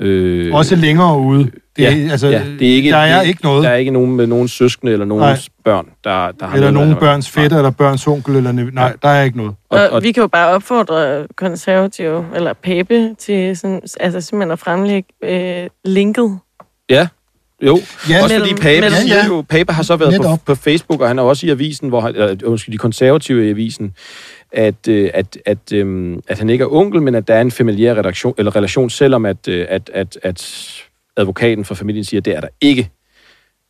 Speaker 2: Øh,
Speaker 1: Også længere ude. Det er, ja, altså, ja, det er ikke, der er
Speaker 2: det-
Speaker 1: ikke noget.
Speaker 2: Der er ikke nogen med nogen søskende eller nogen
Speaker 1: Nej.
Speaker 2: børn, der, der har
Speaker 1: eller
Speaker 2: noget-
Speaker 1: nogen børns fætter, eller børns onkel, eller nevø. Nej, der er ikke noget.
Speaker 3: Og,
Speaker 2: Og-
Speaker 3: og,
Speaker 2: og-
Speaker 3: vi kan jo bare opfordre konservative, eller Pape, til sådan, altså simpelthen at fremlægge øh, linket.
Speaker 2: Ja, jo.
Speaker 1: Ja,
Speaker 2: også
Speaker 3: mellem-
Speaker 2: fordi Pape,
Speaker 3: mellem-
Speaker 2: ja, ja. Jo, Pape har så været på,
Speaker 1: Netop.
Speaker 2: på Facebook, og han er også i avisen, hvor han, eller, øh, undskyld, de konservative i avisen, at, øh, at, at, øhm, at han ikke er onkel, men at der er en familiær redaktion, eller relation, selvom at, øh, at, at, at advokaten for familien siger, at det er der ikke.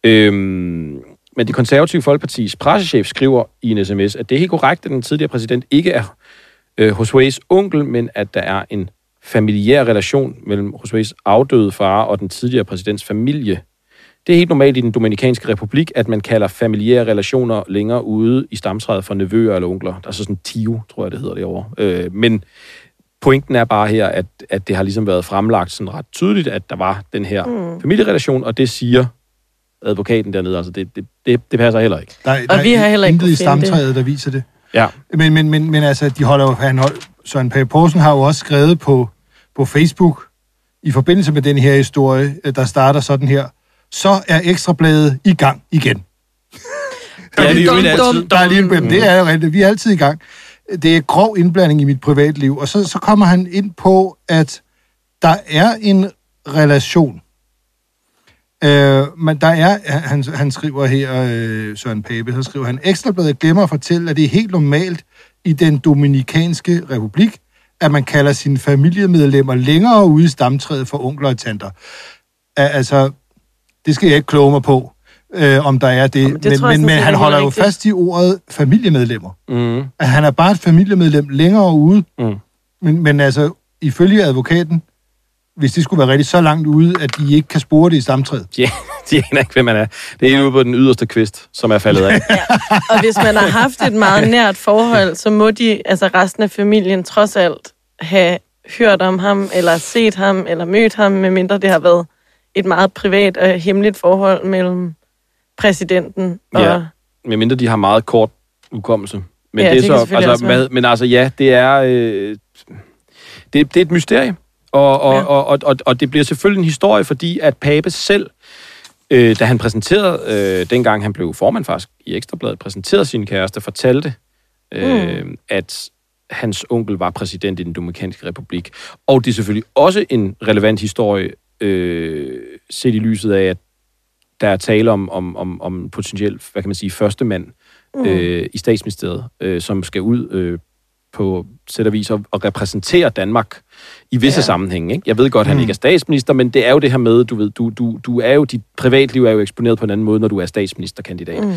Speaker 2: Øhm, men det konservative folkepartis pressechef skriver i en sms, at det er helt korrekt, at den tidligere præsident ikke er øh, Josués onkel, men at der er en familiær relation mellem Josués afdøde far og den tidligere præsidents familie. Det er helt normalt i den Dominikanske Republik, at man kalder familiære relationer længere ude i stamtræet for nevøer eller onkler. Der er så sådan tio, tror jeg, det hedder derovre. Øh, men pointen er bare her, at, at det har ligesom været fremlagt sådan ret tydeligt, at der var den her mm. familierelation, og det siger advokaten dernede. Altså, det, det, det, det passer heller ikke.
Speaker 1: Der, der
Speaker 3: vi har heller ikke
Speaker 1: intet i
Speaker 3: kunnet finde det.
Speaker 1: stamtræet, der viser det.
Speaker 2: Ja.
Speaker 1: Men, men, men, men altså, de holder jo, han hold, Søren Pape Poulsen har jo også skrevet på, på Facebook, i forbindelse med den her historie, øh, der starter sådan her, så er ekstrabladet i gang igen.
Speaker 2: Det er vi jo ikke altid. Mm.
Speaker 1: Der er lige en, Jamen, det er jo rigtigt. Vi er altid i gang. Det er grov indblanding i mit privatliv. Og så, så kommer han ind på, at der er en relation. Øh, men der er, han, han skriver her, øh, Søren Pape, så skriver han, Ekstrabladet glemmer at fortælle, at det er helt normalt i den Dominikanske Republik, at man kalder sine familiemedlemmer længere ude i stamtræet for onkler og tanter. Al- Altså, det skal jeg ikke kloge mig på, øh, om der er det.
Speaker 3: Jamen, det
Speaker 1: men
Speaker 3: tror jeg
Speaker 1: men,
Speaker 3: sådan
Speaker 1: men
Speaker 3: set
Speaker 1: han
Speaker 3: er
Speaker 1: holder
Speaker 3: helt
Speaker 1: jo
Speaker 3: rigtigt.
Speaker 1: fast i ordet familiemedlemmer.
Speaker 2: Mm.
Speaker 1: At han er bare et familiemedlem længere ude.
Speaker 2: Mm.
Speaker 1: Men, men altså, ifølge advokaten, hvis det skulle være rigtigt så langt ude, at de ikke kan spore det i stamtræet.
Speaker 2: De, de aner ikke, hvem han er. Det er helt ude på den yderste kvist, som er faldet af.
Speaker 3: Og hvis man har haft et meget nært forhold, så må de, altså resten af familien, trods alt have hørt om ham, eller set ham, eller mødt ham, medmindre det har været et meget privat og hemmeligt forhold mellem præsidenten og...
Speaker 2: Ja. Altså- medmindre de har meget kort ukommelse. Men
Speaker 3: Ja,
Speaker 2: det er
Speaker 3: det kan
Speaker 2: så,
Speaker 3: selvfølgelig
Speaker 2: altså,
Speaker 3: også være.
Speaker 2: hvad, men altså ja, det er, øh, det, det er et mysterie. Og, og, ja.
Speaker 3: Ja.
Speaker 2: og, og, og, og det bliver selvfølgelig en historie, fordi at Pape selv, øh, da han præsenterede, øh, dengang han blev formand faktisk i Ekstrabladet, præsenterede sin kæreste, fortalte, øh, mm. at hans onkel var præsident i den Dominikanske Republik. Og det er selvfølgelig også en relevant historie, øh, set i lyset af, at der er tale om, om, om, om potentielt, hvad kan man sige, første mand mm. øh, i statsministeriet, øh, som skal ud øh, på sæt og vis og, og repræsentere Danmark i visse ja. sammenhænge. Ikke? Jeg ved godt, han ikke er statsminister, men det er jo det her med, du ved, du, du, du er jo, dit privatliv er jo eksponeret på en anden måde, når du er statsministerkandidat mm.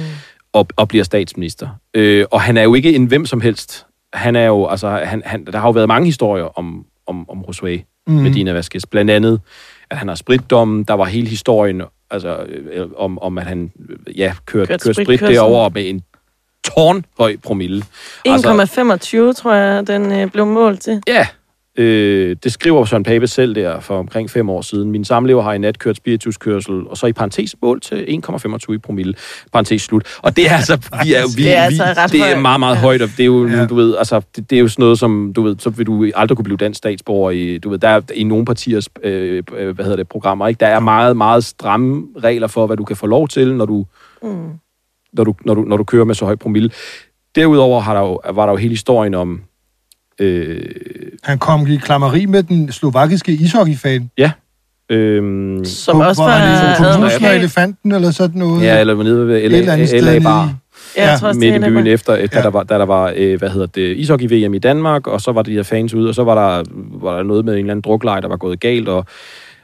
Speaker 2: og, og bliver statsminister. Øh, og han er jo ikke en hvem som helst. Han er jo, altså, han, han, der har jo været mange historier om, om, om Rosué mm. Medina Vasquez. Blandt andet, at han har spritdommen, der var hele historien altså, øh, om, om, at han øh, ja, kørte,
Speaker 3: Kørte
Speaker 2: kørte, kørte sprit
Speaker 3: spritkørsel.
Speaker 2: derover med en tårnhøj promille. Altså,
Speaker 3: 1,25 tror jeg, den øh, blev målt til.
Speaker 2: Ja, øh, det skriver Søren Pape selv der for omkring fem år siden. Min samlever har i nat kørt spirituskørsel, og så i parentes mål til 1,25 i promille. Parentes slut. Og det er altså, vi er, vi,
Speaker 3: Det er
Speaker 2: vi,
Speaker 3: altså ret
Speaker 2: det er
Speaker 3: højt.
Speaker 2: meget, meget højt, og det er jo, ja.
Speaker 1: Ja.
Speaker 2: du ved, altså, det, det, er jo sådan noget, som, du ved, så vil du aldrig kunne blive dansk statsborger i, du ved, der er i nogle partiers, øh, øh, hvad hedder
Speaker 3: Mm.
Speaker 2: det, programmer, ikke? Der er meget, meget stramme regler for, hvad du kan få lov til, når du når du, når du, når du kører med så høj promille. Derudover har der jo, var der jo hele historien om... Øh,
Speaker 1: Han kom i klammeri med den slovakiske ishockeyfan.
Speaker 2: ja. Øh,
Speaker 3: Som
Speaker 1: Hvor-
Speaker 3: også
Speaker 1: hvor
Speaker 3: var
Speaker 1: han er på Musen og
Speaker 3: advokat.
Speaker 1: elefanten eller sådan noget.
Speaker 2: ja, eller nede ved
Speaker 1: Et eller andet
Speaker 2: LA,
Speaker 1: sted
Speaker 2: LA
Speaker 1: nede
Speaker 2: Bar.
Speaker 1: i-
Speaker 3: Ja, jeg tror også,
Speaker 2: midt i
Speaker 3: det er
Speaker 2: byen
Speaker 3: en
Speaker 2: efter, da
Speaker 1: Ja.
Speaker 2: der var, da der var øh, hvad hedder det, ishockey-VM i Danmark, og så var de her fans ude, og så var der, var der noget med en eller anden drukleje, der var gået galt, og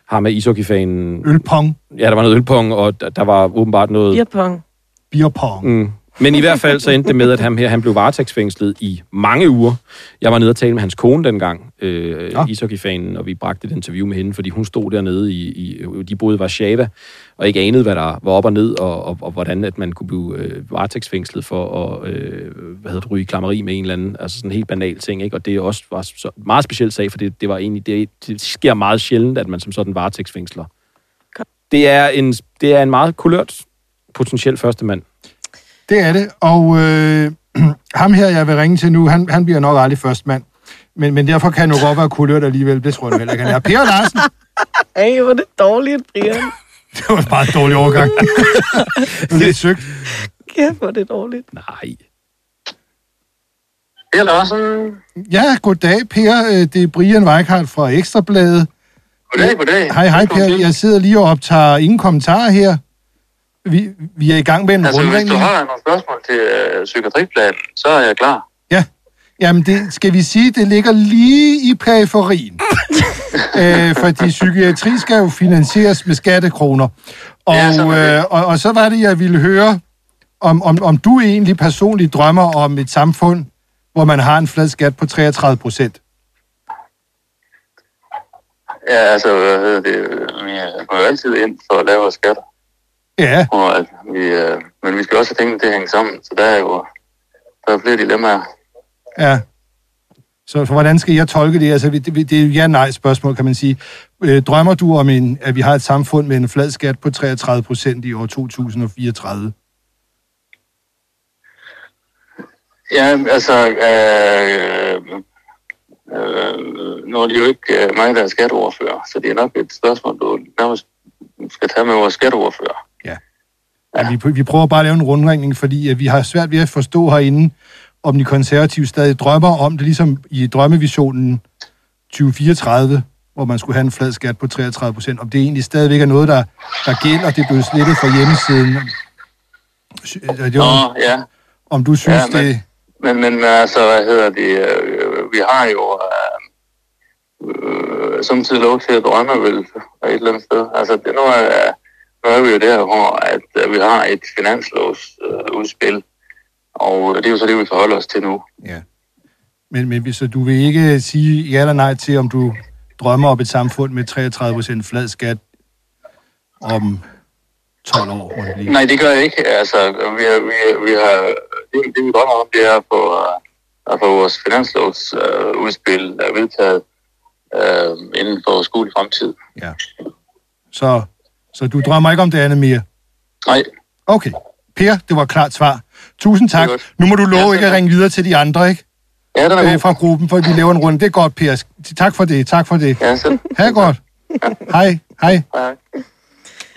Speaker 2: ham med ishockey-fanen,
Speaker 1: Ølpong,
Speaker 2: ja, der var noget ølpong, og der, der var åbenbart noget...
Speaker 3: Irpong.
Speaker 1: beerpong.
Speaker 2: Mm. Men i hvert fald så endte det med, at ham her han blev varetægtsfængslet i mange uger. Jeg var nede og tale med hans kone dengang, øh,
Speaker 1: Nå.
Speaker 2: ishockeyfanen, og vi bragte et interview med hende, fordi hun stod dernede, i, i, de boede i Warszawa, og ikke anede, hvad der var op og ned, og, og, og hvordan at man kunne blive øh, varetægtsfængslet for at øh, hvad hedder det, ryge i klammeri med en eller anden. Altså sådan en helt banal ting, ikke? og det er også var så, meget speciel sag, for det, det, var egentlig, det, det sker meget sjældent, at man som sådan varetægtsfængsler. Det er en, det er en meget kulørt potentiel første mand.
Speaker 1: Det er det, og øh, ham her, jeg vil ringe til nu, han, han bliver nok aldrig først mand. Men, men derfor kan han jo godt være kulørt alligevel, det tror jeg nu heller ikke, han er. Per Larsen,
Speaker 3: Ej, hvor er det dårligt, Brian.
Speaker 1: det var en meget dårlig overgang. det er lidt søgt.
Speaker 3: Kæft, hvor er det dårligt.
Speaker 2: Nej.
Speaker 10: Per Larsen.
Speaker 1: Ja, goddag Per, Øh, det er Brian Weikhardt fra Ekstrabladet.
Speaker 10: Goddag, goddag.
Speaker 1: Hej, hej
Speaker 10: Velkommen
Speaker 1: Per,
Speaker 10: til.
Speaker 1: jeg sidder lige og optager ingen kommentarer her. Vi, vi er i gang med en
Speaker 10: Altså, hvis
Speaker 1: rundring.
Speaker 10: du har nogle spørgsmål til øh, psykiatriplanen, så er jeg klar.
Speaker 1: Jamen, det, skal vi sige, det ligger lige i periferien. øh, fordi psykiatri skal jo finansieres med skattekroner. Og,
Speaker 10: Ja, sådan er det.
Speaker 1: øh, og, og så var det, jeg ville høre, om, om, om du egentlig personligt drømmer om et samfund, hvor man har en flad skat på 33 procent.
Speaker 10: Ja, altså, hvad hedder det? øh, Vi øh, går jo altid ind for lavere skatter.
Speaker 1: Ja,
Speaker 10: Og at vi, øh, men vi skal også have tingene til at hænge sammen, så der er jo der er flere dilemmaer.
Speaker 1: ja. Så, så hvordan skal jeg tolke det? Altså, vi- det, det er jo ja-nej-spørgsmål, kan man sige. Øh, drømmer du om, en, at vi har et samfund med en flad skat på 33 procent i år 2034?
Speaker 10: Ja, altså, øh, øh, nu er det jo ikke øh, mig, der er skatteordfører, så det er nok et spørgsmål, du nærmest skal tage med vores skatteordfører.
Speaker 1: Ja. Vi, vi prøver bare at lave en rundringning, fordi at vi har svært ved at forstå herinde, om de konservative stadig drømmer om det, ligesom i drømmevisionen 2034, hvor man skulle have en flad skat på 33 procent, om det egentlig stadigvæk er noget, der, der gælder, det blev slettet fra hjemmesiden. Sy- er det, om,
Speaker 10: Nå, ja.
Speaker 1: om du synes,
Speaker 10: Ja,
Speaker 1: ja,
Speaker 10: men-
Speaker 1: det...
Speaker 10: Men, men altså, hvad hedder det? øh, Vi har jo øh, øh, samtidig lov til at drømme vel et eller andet sted. Altså, det, nu, er, nu er vi jo der, hvor at, øh, vi har et finanslovsudspil, øh, udspil, og det er jo så det, vi forholder os til nu.
Speaker 1: Men, men hvis- så du vil ikke sige ja eller nej til, om du drømmer om et samfund med 33 procent flad skat om 12 år? må det blive.
Speaker 10: Nej, det gør jeg ikke. Altså, vi, har- vi, vi har, det, det vi drømmer om, det er på, at få vores finanslovsudspil øh, udspil, øh, vedtaget øh, inden for skole fremtid.
Speaker 1: Så, så du drømmer ikke om det andet mere?
Speaker 10: Nej,
Speaker 1: Okay. Per, det var et klart svar. Tusind tak.
Speaker 10: Det er godt.
Speaker 1: Nu må du love
Speaker 10: Ja,
Speaker 1: ja, ikke
Speaker 10: selv
Speaker 1: at ringe videre til de andre, ikke?
Speaker 10: ja, den er
Speaker 1: Øh,
Speaker 10: god.
Speaker 1: fra gruppen, for vi laver en runde. Det er godt, Per. Tak for det, tak for det.
Speaker 10: Ja, selv.
Speaker 1: Ha' det godt. Hej, hej.
Speaker 10: Hej.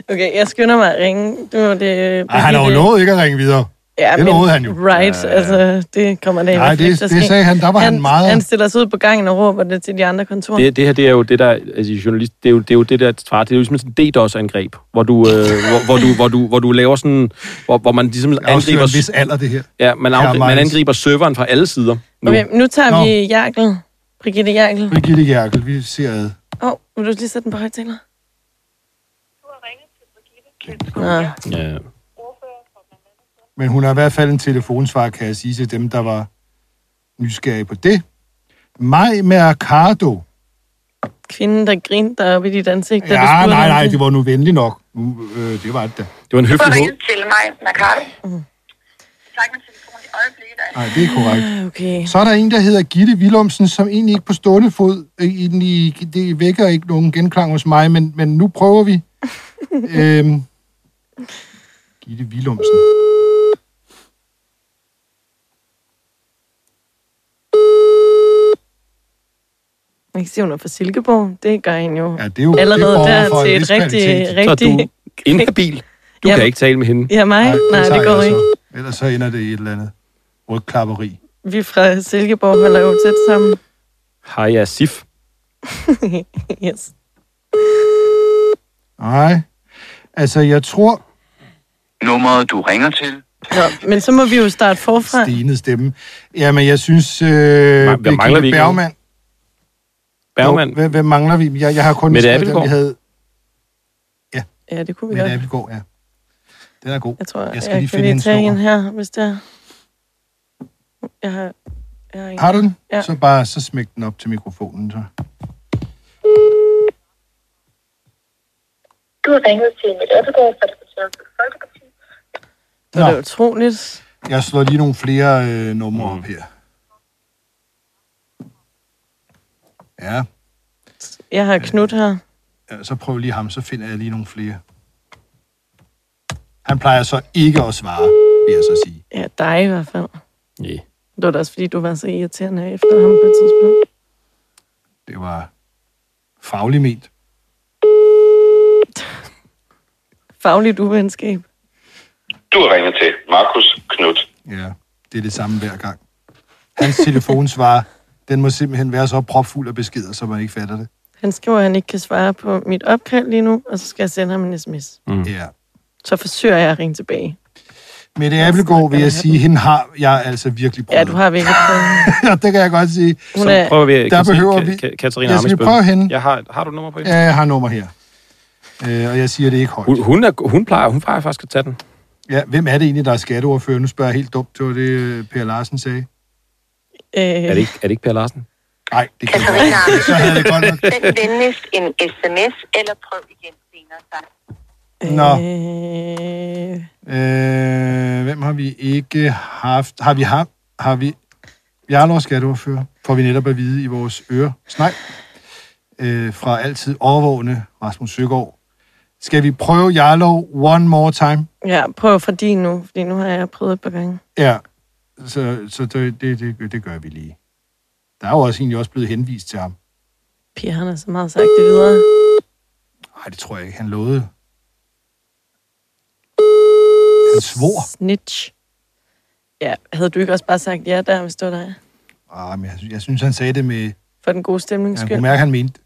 Speaker 3: Okay, jeg skynder mig at ringe. Du må det... øh,
Speaker 1: Ej, Ah, han har jo lovet ikke at ringe videre.
Speaker 3: Ja,
Speaker 1: Det
Speaker 3: men
Speaker 1: lovede han jo.
Speaker 3: Right, altså, det kommer da i
Speaker 1: Nej,
Speaker 3: hvert fald
Speaker 1: det,
Speaker 3: ikke til at
Speaker 1: det
Speaker 3: ske.
Speaker 1: sagde han. Der var han, meget...
Speaker 3: han stiller sig ud på gangen og råber det til de andre kontorer.
Speaker 2: Det, det her, det er jo det der, altså journalist, det er jo det, er jo det der, svarer, det er jo ligesom sådan et DDoS-angreb, hvor du, øh, hvor, hvor, du, hvor, du, hvor du laver sådan, hvor, hvor man ligesom
Speaker 1: afslører en vis
Speaker 2: angriber,
Speaker 1: alder, det her.
Speaker 2: ja, man,
Speaker 1: Ja,
Speaker 2: af, man
Speaker 1: Martin.
Speaker 2: angriber serveren fra alle sider. Nu.
Speaker 3: Okay, nu tager
Speaker 1: Nå.
Speaker 3: vi Jakkel. Brigitte Jakkel.
Speaker 1: Brigitte Jerkel, vi ser ad.
Speaker 3: Åh, oh, vil du lige sætte den på højtaler? Nå,
Speaker 2: Ja.
Speaker 1: Men hun har i hvert fald en telefonsvar, kan jeg sige til dem, der var nysgerrige på det. Maj Mercado.
Speaker 3: kvinden, der grinte dig op i dit ansigt, da du
Speaker 1: Ja,
Speaker 3: spurgte
Speaker 1: nej,
Speaker 3: om
Speaker 1: nej,
Speaker 3: det.
Speaker 1: det var nu venlig nok. Nu, øh, det var det da.
Speaker 2: Det var en høflig hoved.
Speaker 6: til mig, Mercado.
Speaker 1: Nej, det er korrekt.
Speaker 3: Ah, Okay.
Speaker 1: Så er der en, der hedder Gitte Willumsen, som egentlig ikke på stående fod, øh, egentlig, det vækker ikke nogen genklang hos mig, men, men nu prøver vi. øhm, Gitte Willumsen.
Speaker 3: Man kan se, hun er fra Silkeborg. Det gør hende jo.
Speaker 1: Ja, det er jo
Speaker 3: Allerede
Speaker 1: det er
Speaker 3: der
Speaker 1: overfor en
Speaker 3: til et
Speaker 1: vis
Speaker 3: rigtig,
Speaker 1: kvalitet.
Speaker 2: Så er
Speaker 3: rigtig...
Speaker 2: du inhabil. Du
Speaker 3: Ja.
Speaker 2: kan ikke tale med hende.
Speaker 3: Ja, mig? Nej,
Speaker 1: tager
Speaker 3: det går
Speaker 1: jeg
Speaker 3: ikke.
Speaker 1: så. Ellers så ender det i et eller andet rygklapperi.
Speaker 3: Vi fra Silkeborg holder jo tæt sammen.
Speaker 2: Hej, jeg er Sif.
Speaker 3: yes.
Speaker 1: Nej. Altså, jeg tror...
Speaker 11: Nummeret, du ringer til,
Speaker 3: Nå, men så må vi jo starte forfra.
Speaker 1: Stine stemme. Jamen, jeg synes... Øh, Hvem
Speaker 2: mangler vi ikke nu?
Speaker 1: Bergman.
Speaker 2: Bergman.
Speaker 1: Jo, hvem, hvem mangler vi? Jeg, jeg har kun...
Speaker 2: Mette
Speaker 1: skrevet dem,
Speaker 2: Abildgaard.
Speaker 1: vi havde.
Speaker 3: Ja, det kunne vi
Speaker 1: Mette
Speaker 3: godt.
Speaker 1: Abildgaard, ja. Den er god.
Speaker 3: Jeg tror,
Speaker 1: øh, jeg
Speaker 3: jeg,
Speaker 1: skal
Speaker 3: jeg
Speaker 1: lige
Speaker 3: lige
Speaker 1: finde
Speaker 3: kan lige
Speaker 1: hendes nummer.
Speaker 3: tage en her, hvis det er. Jeg har, jeg har, en.
Speaker 1: Har du den?
Speaker 3: Ja.
Speaker 1: Så bare så smæk den op til mikrofonen, så.
Speaker 12: Du har ringet til mit Abelgaard fra det konservative Folkeparti.
Speaker 3: Det er da utroligt.
Speaker 1: Jeg slår lige nogle flere øh, numre
Speaker 2: Mm.
Speaker 1: op her. Ja,
Speaker 3: Jeg har Knut her.
Speaker 1: ja, så prøv lige ham, så finder jeg lige nogle flere. Han plejer så ikke at svare, vil jeg så sige.
Speaker 3: Ja, dig i hvert fald.
Speaker 2: Nej.
Speaker 3: Det var da også, fordi du var så irriterende efter ham på et tidspunkt.
Speaker 1: Det var faglig ment.
Speaker 3: Fagligt uvenskab.
Speaker 13: Du har ringet til Markus Knut.
Speaker 1: Ja, det er det samme hver gang. Hans telefon svarer, den må simpelthen være så propfuld af beskeder, så man ikke fatter det.
Speaker 3: Han skriver, at han ikke kan svare på mit opkald lige nu, og så skal jeg sende ham en sms.
Speaker 1: Mm. Ja.
Speaker 3: Så forsøger jeg at ringe tilbage.
Speaker 1: Mette Abelgaard vil jeg sige, hende har jeg altså virkelig prøvet.
Speaker 3: Ja, du har virkelig prøvet.
Speaker 1: Ja, det kan jeg godt sige.
Speaker 3: Hun Så er- prøver vi
Speaker 1: Der behøver vi...
Speaker 2: Katarina
Speaker 1: jeg skal
Speaker 2: Amitsbøl.
Speaker 1: prøve hende.
Speaker 2: Jeg har, har du nummer på hende?
Speaker 1: Ja, jeg har nummer her. Øh, og jeg siger det er ikke højt.
Speaker 2: Hun, hun, er, hun plejer, hun plejer faktisk at tage den.
Speaker 1: Ja, hvem er det egentlig, der er skatteordfører? Nu spørger jeg helt dumt, det var det, øh, Per Larsen sagde.
Speaker 3: Øh,
Speaker 2: Er det ikke, er det ikke Per Larsen?
Speaker 1: Nej, det kan
Speaker 3: Altså,
Speaker 1: jeg
Speaker 12: Katarina,
Speaker 1: ikke. Så havde jeg det godt nok.
Speaker 12: send venligst en sms eller prøv igen senere. Tak.
Speaker 1: Nå.
Speaker 3: Øh,
Speaker 1: Øh, hvem har vi ikke haft? Har vi haft? Har vi... Jarlov er skatteordfører, får vi netop at vide i vores øre. Snak. Øh, fra altid overvågende Rasmus Søgaard. Skal vi prøve Jarlov one more time?
Speaker 3: ja, prøv fra din nu, fordi nu har jeg prøvet et par gange.
Speaker 1: Ja, så, så det, det, det, det gør vi lige. Der er jo også egentlig også blevet henvist til ham.
Speaker 3: Pia, han har så meget sagt det videre.
Speaker 1: Nej, det tror jeg ikke. Han lovede. Han svor.
Speaker 3: Snitch. Ja, havde du ikke også bare sagt ja der, hvis det var dig?
Speaker 1: Ah, men jeg, sy- jeg synes, han sagde det med...
Speaker 3: For den gode stemning
Speaker 1: Han
Speaker 3: skyld.
Speaker 1: kunne mærke, han mente. det.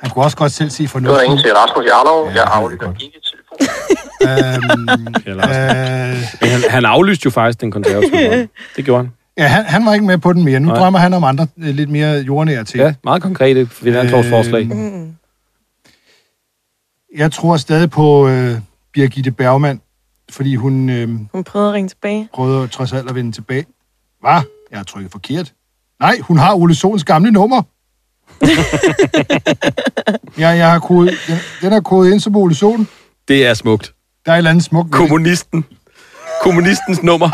Speaker 1: Han kunne også godt selv se
Speaker 10: Nu er der
Speaker 1: fornuften.
Speaker 10: ingen til Rasmus Jarlov. Jeg aflytter ikke
Speaker 1: øhm, øh,
Speaker 2: Men han, han aflyste jo faktisk den konservative. vold. det gjorde han.
Speaker 1: ja, han, han var ikke med på den mere. Nu
Speaker 2: Nej.
Speaker 1: drømmer han om andre øh, lidt mere jordnære ting.
Speaker 2: Ja, meget konkrete finanslovsforslag.
Speaker 1: Øhm,
Speaker 2: Øh,
Speaker 1: Jeg tror stadig på øh, Birgitte Bergman, fordi hun øh,
Speaker 3: Hun prøvede at ringe tilbage.
Speaker 1: prøvede trods alt at vende tilbage. Hvad? Jeg har trykket forkert. Nej, hun har Ole Sohns gamle nummer. ja, jeg har kodet, den, den er kodet ind som Ole Sohn.
Speaker 2: det er smukt.
Speaker 1: Der er et eller andet smukt.
Speaker 14: Mm.
Speaker 1: ved det.
Speaker 2: Kommunisten. Kommunistens nummer.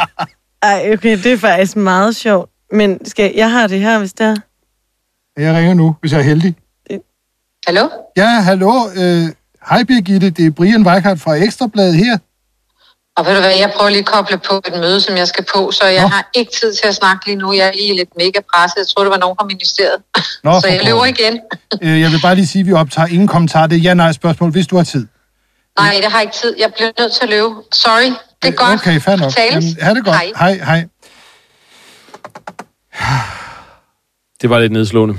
Speaker 3: Ej, okay, det er faktisk meget sjovt. Men skal, jeg har det her, hvis det er.
Speaker 1: Jeg ringer nu, hvis jeg er heldig.
Speaker 12: Hallo?
Speaker 1: Ja, hallo. Øh, Hej Birgitte, det er Brian Weikart fra Ekstrabladet her.
Speaker 12: Og ved du hvad, jeg prøver lige at koble på et møde, som jeg skal på, så jeg har ikke tid til at snakke lige nu. Jeg er lige lidt mega presset. Jeg tror, det var nogen fra ministeriet.
Speaker 1: Nå,
Speaker 12: så jeg
Speaker 1: for
Speaker 12: løber
Speaker 1: pokker.
Speaker 12: igen.
Speaker 1: Øh, jeg vil bare lige sige, at vi optager ingen kommentarer. Det er ja-nej-spørgsmål, hvis du har tid.
Speaker 12: Nej, det har jeg ikke tid. Jeg bliver nødt til at løbe. Sorry. Det er godt.
Speaker 1: Okay, fair nok.
Speaker 12: Tales.
Speaker 1: Jamen, ha' det godt.
Speaker 12: Hej.
Speaker 1: Hej, hej.
Speaker 2: Det var lidt nedslående.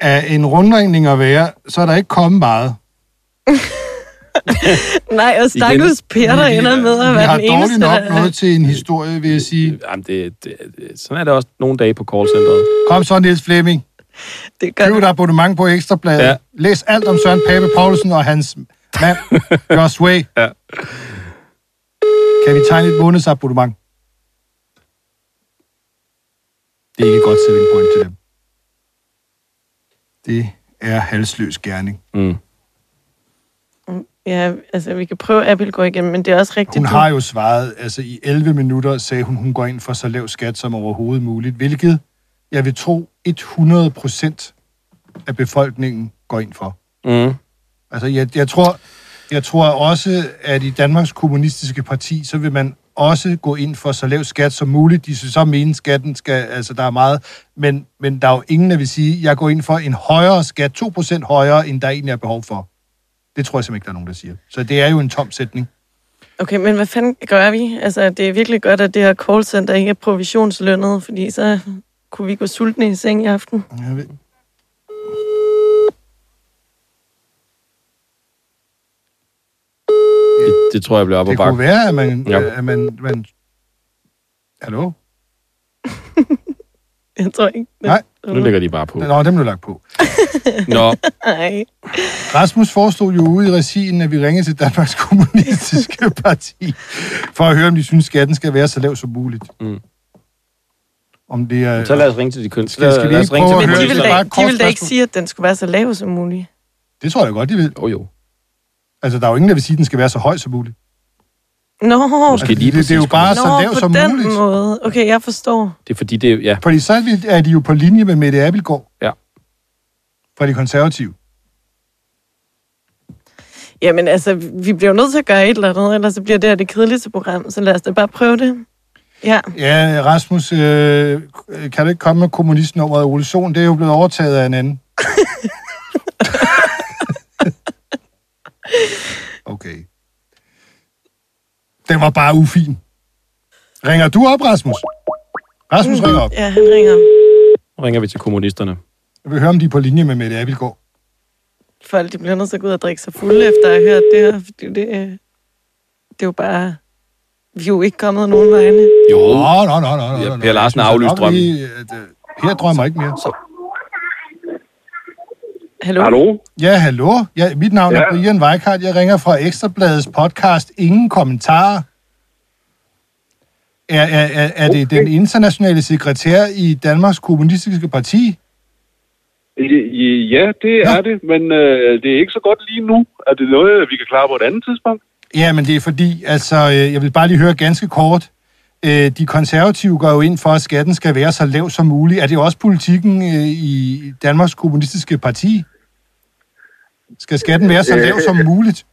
Speaker 1: Af en rundringning at være, så er der ikke kommet meget.
Speaker 3: Nej, og stakkels Per, der
Speaker 1: Vi-
Speaker 3: ender med at
Speaker 1: Vi har
Speaker 3: være den
Speaker 1: dårligt
Speaker 3: eneste.
Speaker 1: nok
Speaker 3: der-
Speaker 1: noget til en historie, vil jeg sige.
Speaker 2: Jamen, det, det, det- sådan er det også nogle dage på callcenteret.
Speaker 1: Kom så, Niels Flemming.
Speaker 3: Det gør
Speaker 1: Køb et abonnement på Ekstrabladet.
Speaker 2: Ja.
Speaker 1: Ja. Læs alt om Søren Pape Poulsen og hans mand, Josh Way.
Speaker 2: Ja.
Speaker 1: Kan vi tegne et månedsabonnement? Det er ikke et godt selling point til dem. Det er halsløs gerning.
Speaker 2: Mm.
Speaker 3: Ja, altså, vi kan prøve Appelgaard igen, men det er også rigtigt.
Speaker 1: Hun
Speaker 3: du-
Speaker 1: har jo svaret, altså i 11 minutter sagde hun, hun går ind for så lav skat som overhovedet muligt, hvilket jeg vil tro 100 procent af befolkningen går ind for.
Speaker 2: Mm.
Speaker 1: Altså, jeg, jeg, tror, jeg tror også, at i Danmarks Kommunistiske Parti, så vil man også gå ind for så lav skat som muligt. De synes så mene, skatten skal, altså der er meget, men, men der er jo ingen, der vil sige, jeg går ind for en højere skat, 2% højere, end der egentlig er behov for. Det tror jeg simpelthen ikke, der er nogen, der siger. Så det er jo en tom sætning.
Speaker 3: Okay, men hvad fanden gør vi? Altså, det er virkelig godt, at det her callcenter ikke er provisionslønnet, fordi så kunne vi gå sultne i seng i aften.
Speaker 1: Jeg ved.
Speaker 14: Det, det tror jeg bliver op og
Speaker 1: Det
Speaker 14: bakke.
Speaker 1: kunne være, at man...
Speaker 14: Ja.
Speaker 1: At man, man Hallo?
Speaker 3: Jeg tror ikke.
Speaker 1: Nej.
Speaker 14: Nu lægger de bare på.
Speaker 1: Nå, dem blev lagt på.
Speaker 14: Nå,
Speaker 3: Nej.
Speaker 1: Rasmus foreslog jo ude i regien, at vi ringede til Danmarks Kommunistiske Parti, for at høre, om de synes, skatten skal være så lav som muligt.
Speaker 14: Mm.
Speaker 1: Om det er...
Speaker 14: så lad os ringe til de køn.
Speaker 1: Skal- skal vi
Speaker 14: lad os
Speaker 1: ikke
Speaker 14: ringe
Speaker 1: prøve
Speaker 14: til
Speaker 1: at
Speaker 3: Men
Speaker 1: høre
Speaker 3: de
Speaker 1: det
Speaker 3: vil
Speaker 1: er
Speaker 3: da,
Speaker 1: bare
Speaker 3: ikke-
Speaker 1: et
Speaker 3: de
Speaker 1: kort
Speaker 3: vil da ikke
Speaker 1: spørgsmål.
Speaker 3: sige, at den skulle være så lav som muligt.
Speaker 1: Det tror jeg godt, de vil.
Speaker 14: Jo, jo.
Speaker 1: Altså, der er jo ingen, der vil sige, at den skal være så høj som muligt. Altså,
Speaker 3: Nå,
Speaker 14: Måske lige
Speaker 1: det, det er jo
Speaker 14: præcis.
Speaker 1: bare så
Speaker 3: Nå
Speaker 1: lav
Speaker 3: på
Speaker 1: som
Speaker 3: den
Speaker 1: muligt.
Speaker 3: måde. Okay, jeg forstår.
Speaker 14: Det er fordi, det ja.
Speaker 1: Fordi så er vi- er de jo på linje med Mette Abildgaard.
Speaker 14: Ja.
Speaker 1: Fra de konservative.
Speaker 3: Jamen altså, vi bliver jo nødt til at gøre et eller andet, ellers så bliver det her det kedeligste program, så lad os da bare prøve det. Ja,
Speaker 1: Ja, Rasmus, øh, kan du ikke komme med kommunistnummeret Ole Sohn? Det er jo blevet overtaget af en anden. okay. Den var bare ufin. Ringer du op, Rasmus? Rasmus ringer op.
Speaker 3: ja han ringer
Speaker 14: Nu ringer vi til kommunisterne.
Speaker 1: Jeg vil høre, om de er på linje med Mette Abildgaard.
Speaker 3: folk, de bliver nødt til at gå ud og drikke sig fulde, efter at have hørt det her, fordi det, øh, det er jo bare... Vi er jo ikke kommet nogen vegne.
Speaker 14: Jo.
Speaker 1: Nå, nå, nå, nå, nå,
Speaker 14: Ja,
Speaker 1: nå.
Speaker 14: Per Larsen har
Speaker 1: Jeg
Speaker 14: aflyst
Speaker 1: synes nok
Speaker 14: drømmen.
Speaker 1: lige, at, øh, Per drømmer ikke mere.
Speaker 3: Hallo?
Speaker 1: Ja, hallo. Ja, mit navn ja. er Brian Weikart. Jeg ringer fra Ekstrabladets podcast Ingen Kommentarer. Er, er, er, er det den internationale sekretær i Danmarks Kommunistiske Parti?
Speaker 2: Øh, Ja, det er det, men øh, det er ikke så godt lige nu. Er det noget, vi kan klare på et andet tidspunkt?
Speaker 1: Ja, men det er fordi, altså, øh, jeg vil bare lige høre ganske kort. Øh, De konservative går jo ind for, at skatten skal være så lav som muligt. Er det også politikken øh, i Danmarks Kommunistiske Parti? Skal skatten være så lav som muligt?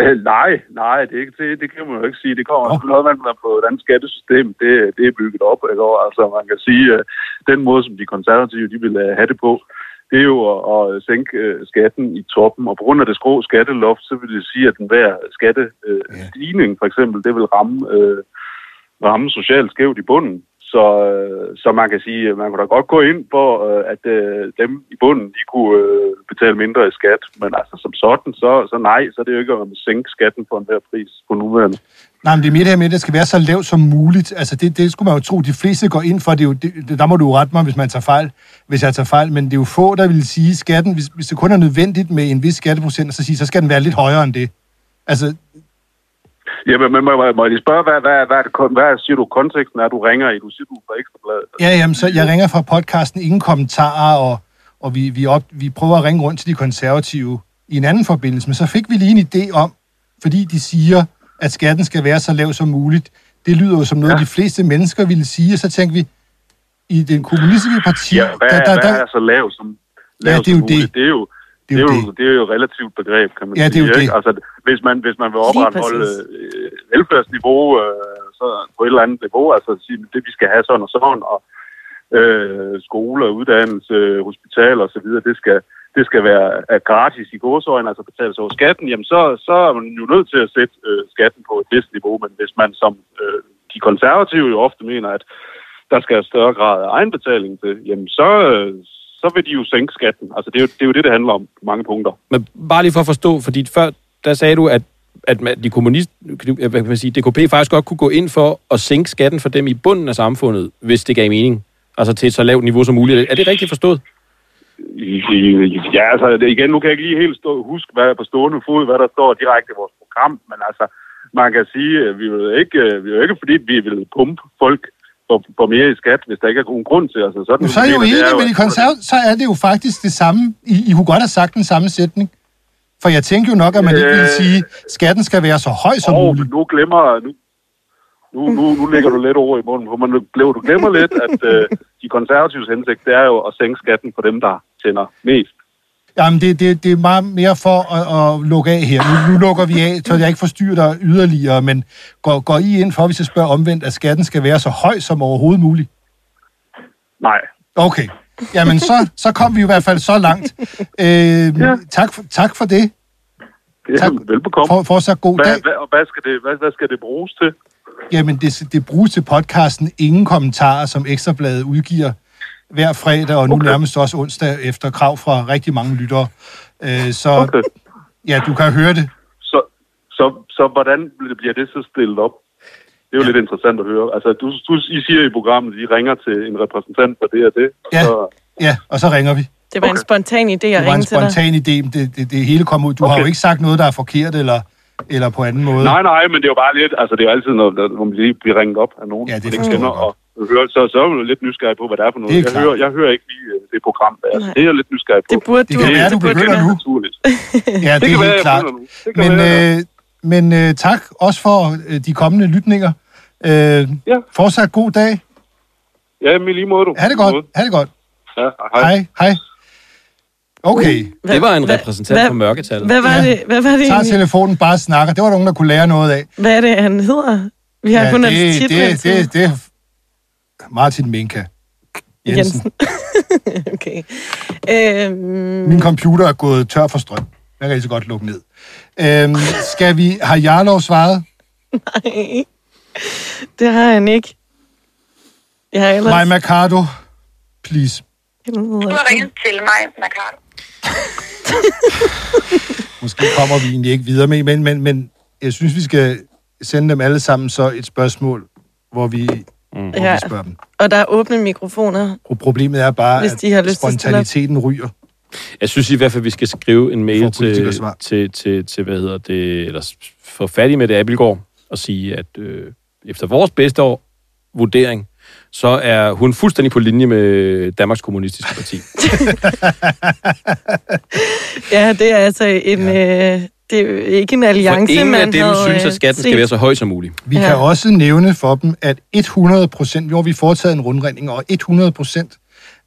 Speaker 2: Øh, nej, nej, det, er ikke, det, det kan man jo ikke sige. Det kommer okay. noget, man er på et andet skattesystem. Det, det er bygget op, ikke? Og Altså, man kan sige, øh, den måde, som de konservative de vil øh, have det på, det er jo at, at sænke øh, skatten i toppen. Og på grund af det skrå skatteloft, så vil det sige, at den hver skattestigning, for eksempel, det vil ramme, øh, ramme socialt skævt i bunden. Så, øh, så man kan sige, at man kunne da godt gå ind for, øh, at øh, dem i bunden, de kunne øh, betale mindre i skat. Men altså som sådan, så, så nej, så er det jo ikke at sænke skatten for enhver pris på nuværende.
Speaker 1: Nej, men det er mere det her med, at det skal være så lavt som muligt. Altså, det, det skulle man jo tro, de fleste går ind for. Det er jo, det, der må du jo rette mig, hvis man tager fejl, hvis jeg tager fejl. Men det er jo få, der vil sige skatten, hvis, hvis det kun er nødvendigt med en vis skatteprocent, så sige, så skal den være lidt højere end det. Altså,
Speaker 2: Jamen, men må, må, må jeg lige spørge, hvad, hvad, hvad, er det, kon- hvad siger du konteksten er, du ringer i? Du siger, du er fra Ekstrabladet.
Speaker 1: ja, jamen, så jeg ringer fra podcasten Ingen Kommentarer, og, og vi, vi, op, vi prøver at ringe rundt til de konservative i en anden forbindelse. Men så fik vi lige en idé om, fordi de siger, at skatten skal være så lav som muligt. Det lyder jo som noget, ja. de fleste mennesker ville sige, og så tænkte vi, i den kommunistiske parti,
Speaker 2: Ja, hvad, der, der, der... hvad er så lav som, lav ja, det er jo som det. det er jo det er, jo, det. det er jo et relativt begreb, kan man
Speaker 1: Ja,
Speaker 2: sige.
Speaker 1: det er jo
Speaker 2: ikke?
Speaker 1: det.
Speaker 2: Altså, hvis, man, hvis man vil
Speaker 1: Lige
Speaker 2: opretholde
Speaker 1: præcis.
Speaker 2: øh, velfærdsniveau øh, så på et eller andet niveau, altså at sige, det vi skal have sådan og sådan, og øh, skoler, uddannelse, øh, hospitaler osv., det skal, det skal være er gratis i godsøjne, altså betales over skatten, jamen så, så er man jo nødt til at sætte øh, skatten på et vist niveau, men hvis man som øh, de konservative jo ofte mener, at der skal en større grad af egenbetaling til, jamen så, øh, så vil de jo sænke skatten. Altså det er, jo, det er jo det, det handler om på mange punkter.
Speaker 14: Men bare lige for at forstå, fordi før, der sagde du, at, at man- de kommunist, hvad kan man sige, DKP faktisk godt kunne gå ind for at sænke skatten for dem i bunden af samfundet, hvis det gav mening. Altså til et så lavt niveau som muligt. Er det rigtigt forstået?
Speaker 2: I- i- Ja, altså det, igen, nu kan jeg ikke lige helt stå, huske hvad, på stående fod, hvad der står direkte i vores program, men altså man kan sige, at vi vil ikke, øh, vi vil ikke fordi vi vil pumpe folk for, for mere i skat, hvis der ikke er nogen grund til. Altså, sådan,
Speaker 1: Men så er I jo
Speaker 2: mener, det
Speaker 1: enige
Speaker 2: jo,
Speaker 1: med de
Speaker 2: at-
Speaker 1: konservative, så er det jo faktisk det samme. I, I kunne godt have sagt den samme sætning. For jeg tænker jo nok, at man ikke ville
Speaker 2: Øh.
Speaker 1: sige, skatten skal være så høj som
Speaker 2: Åh,
Speaker 1: muligt.
Speaker 2: men nu glemmer... Nu, nu, nu, nu lægger du lidt over i munden på mig. Nu glemmer, du glemmer lidt, at øh, de konservatives hensigt, det er jo at sænke skatten for dem, der tjener mest.
Speaker 1: Jamen, det, det, det er meget mere for at, at lukke af her. Nu, nu lukker vi af, så jeg ikke forstyrrer dig yderligere, men går, går I ind for, hvis jeg spørger omvendt, at skatten skal være så høj som overhovedet muligt?
Speaker 2: Nej.
Speaker 1: Okay. Jamen, så, så kom vi i hvert fald så langt. Øh, ja. tak, for, tak for det.
Speaker 15: Det er
Speaker 1: Tak.
Speaker 15: velbekomme.
Speaker 1: For- fortsat god
Speaker 15: hvad,
Speaker 1: dag.
Speaker 15: Hvad, og hvad skal, det, hvad, hvad skal det bruges til?
Speaker 1: Jamen, det, det bruges til podcasten Ingen Kommentarer, som Ekstrabladet udgiver hver fredag, og nu okay. nærmest også onsdag, efter krav fra rigtig mange lyttere. Øh, så okay. ja, du kan høre det.
Speaker 15: Så, så, så hvordan bliver det så stillet op? Det er jo ja. lidt interessant at høre. Altså, du, du, I siger i programmet, at I ringer til en repræsentant for det og det.
Speaker 1: Ja.
Speaker 15: Så,
Speaker 1: Ja, og så ringer vi.
Speaker 3: Det var okay. en spontan idé at
Speaker 1: Det var en
Speaker 3: ringe til dig.
Speaker 1: spontan idé, men det, det, det hele kom ud. Du okay. har jo ikke sagt noget, der er forkert, eller, eller på anden måde.
Speaker 15: nej, nej, men det er jo bare lidt... Altså, det er jo altid noget, der- hvor man lige bliver ringet op af nogen. Ja,
Speaker 1: det
Speaker 15: man
Speaker 1: forstår
Speaker 15: kender, og hører, så, så er man jo lidt nysgerrig på, hvad det er for noget.
Speaker 1: Det er
Speaker 15: jeg,
Speaker 1: klart.
Speaker 15: hører, jeg hører ikke lige øh, det program, der er.
Speaker 1: Nej.
Speaker 15: Det er jeg lidt nysgerrig på.
Speaker 3: Det burde
Speaker 1: Det du- kan være, du begynder nu.
Speaker 15: Naturligt.
Speaker 1: Ja, det, det
Speaker 15: kan
Speaker 1: er
Speaker 15: være, jeg
Speaker 1: helt klart.
Speaker 15: begynder nu. Det kan
Speaker 1: Men,
Speaker 15: være,
Speaker 1: øh, men øh, tak også for øh, de kommende lytninger. Øh, ja. Fortsat god dag.
Speaker 15: Ja, men i lige måde, du.
Speaker 1: Ha' det godt. Ha' det godt.
Speaker 15: Ja,
Speaker 1: Hej. Hej. Okay.
Speaker 2: Det var en repræsentant for mørketallet.
Speaker 3: Hvad var
Speaker 1: Ja.
Speaker 3: det? Hvad var det?
Speaker 1: Tager
Speaker 3: egentlig?
Speaker 1: telefonen, bare snakker. Det var nogen, der kunne lære noget af.
Speaker 3: Hvad er det, han hedder? Vi har ja, kun hans
Speaker 1: det,
Speaker 3: titel
Speaker 1: det,
Speaker 3: indtil
Speaker 1: det, det, Martin Minka Jensen. Jensen.
Speaker 3: Jensen. okay. Øhm,
Speaker 1: Min computer er gået tør for strøm. Jeg kan lige så godt lukke ned. Øhm, skal vi... Har Jarlov svaret?
Speaker 3: nej. Det har han ikke. Jeg har ellers...
Speaker 1: Maja Mercado, please.
Speaker 3: Du
Speaker 16: har ringet til mig, Mercado.
Speaker 1: Måske kommer vi egentlig ikke videre med, men, men, men jeg synes, vi skal sende dem alle sammen så et spørgsmål, hvor vi, mm. hvor
Speaker 3: Ja.
Speaker 1: vi spørger dem.
Speaker 3: Og der er åbne mikrofoner.
Speaker 1: Og problemet er bare,
Speaker 3: Hvis
Speaker 1: at
Speaker 3: de har lyst til at stille op.
Speaker 1: spontaniteten ryger.
Speaker 2: Jeg synes i hvert fald, vi skal skrive en mail til,
Speaker 1: politikersvar.
Speaker 2: til, til, til, hvad hedder det, eller s- få fat i Mette Abelgaard og sige, at øh, efter vores bedste år vurdering, så er hun fuldstændig på linje med Danmarks Kommunistiske Parti.
Speaker 3: Ja, det er altså en... Ja. Øh, det er jo ikke en alliance,
Speaker 2: For ingen
Speaker 3: man
Speaker 2: af dem
Speaker 3: havde,
Speaker 2: synes,
Speaker 3: øh,
Speaker 2: at skatten
Speaker 3: set.
Speaker 2: skal være så høj som muligt.
Speaker 1: Vi ja. kan også nævne for dem, at 100 procent, nu har vi foretaget en rundringning, og 100 procent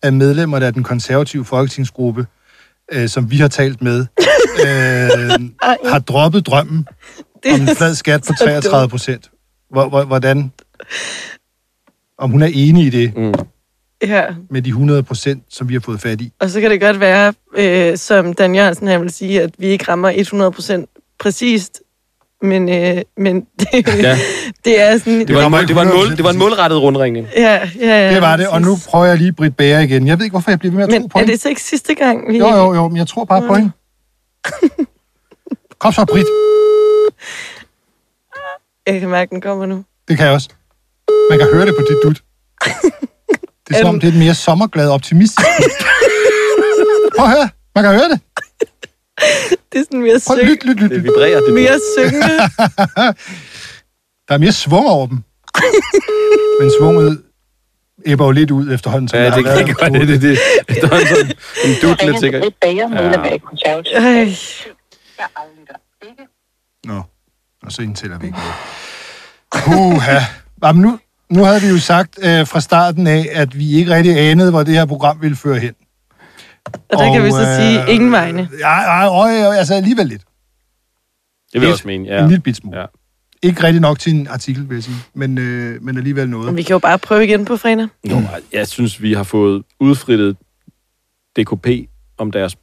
Speaker 1: af medlemmerne af den konservative folketingsgruppe, øh, som vi har talt med, øh, har droppet drømmen
Speaker 3: Det
Speaker 1: om en
Speaker 3: er
Speaker 1: flad skat på
Speaker 3: så
Speaker 1: 33 procent. Hvor, hvor, hvordan? Om hun er enig i det mm.
Speaker 3: Ja,
Speaker 1: med de 100 procent, som vi har fået fat i.
Speaker 3: og så kan det godt være, øh, som Dan Jørgensen han vil sige, at vi ikke rammer 100% præcist, men, øh, men det, ja.
Speaker 2: Ja.
Speaker 3: det er sådan...
Speaker 2: Det var, en, mål- det var, en, mål, det var en målrettet rundringning.
Speaker 3: Ja, ja, ja.
Speaker 1: det var det, og nu prøver jeg lige Britt Bager igen. Jeg ved ikke, hvorfor jeg bliver ved med at tro på
Speaker 3: Er
Speaker 1: hende.
Speaker 3: det Mm. så ikke sidste gang, vi...
Speaker 1: Jo, jo, jo, men jeg tror bare på hende. Kom så, Britt.
Speaker 3: Jeg kan mærke, den kommer nu.
Speaker 1: Det kan jeg også. Man kan høre det på dit dut. Det er som
Speaker 3: Øhm.
Speaker 1: om, det er et mere sommerglad optimist. Prøv at høre. Man kan høre det.
Speaker 3: Det er sådan mere
Speaker 1: Prøv at
Speaker 3: syng...
Speaker 1: lyt, lyt, lyt. Det
Speaker 2: vibrerer, det
Speaker 3: mere syngende.
Speaker 1: Der er mere svung over dem. Men svunget æbber jo lidt ud efterhånden. Som
Speaker 2: Ja,
Speaker 1: der
Speaker 2: det
Speaker 1: har
Speaker 2: kan
Speaker 1: været
Speaker 2: godt det. Det, det, det er sådan en dut lidt sikkert.
Speaker 16: Lidt bager med
Speaker 2: Ja.
Speaker 16: ja. af konservative.
Speaker 3: Ej.
Speaker 1: Nå, og så indtæller vi ikke noget. Puha. Jamen nu, nu havde vi jo sagt øh, fra starten af, at vi ikke rigtig anede, hvor det her program ville føre hen.
Speaker 3: Og der kan vi så
Speaker 1: øh,
Speaker 3: sige ingen vegne.
Speaker 1: Ja, ja, øh, altså alligevel lidt.
Speaker 2: Det vil jeg også mene, ja.
Speaker 1: En lille bit smule.
Speaker 2: Ja.
Speaker 1: Ikke rigtig nok til en artikel, vil jeg sige, men, øh, men alligevel noget.
Speaker 3: Vi kan jo bare prøve igen på fredag.
Speaker 2: Jo, jeg synes, vi har fået udfrittet DKP om deres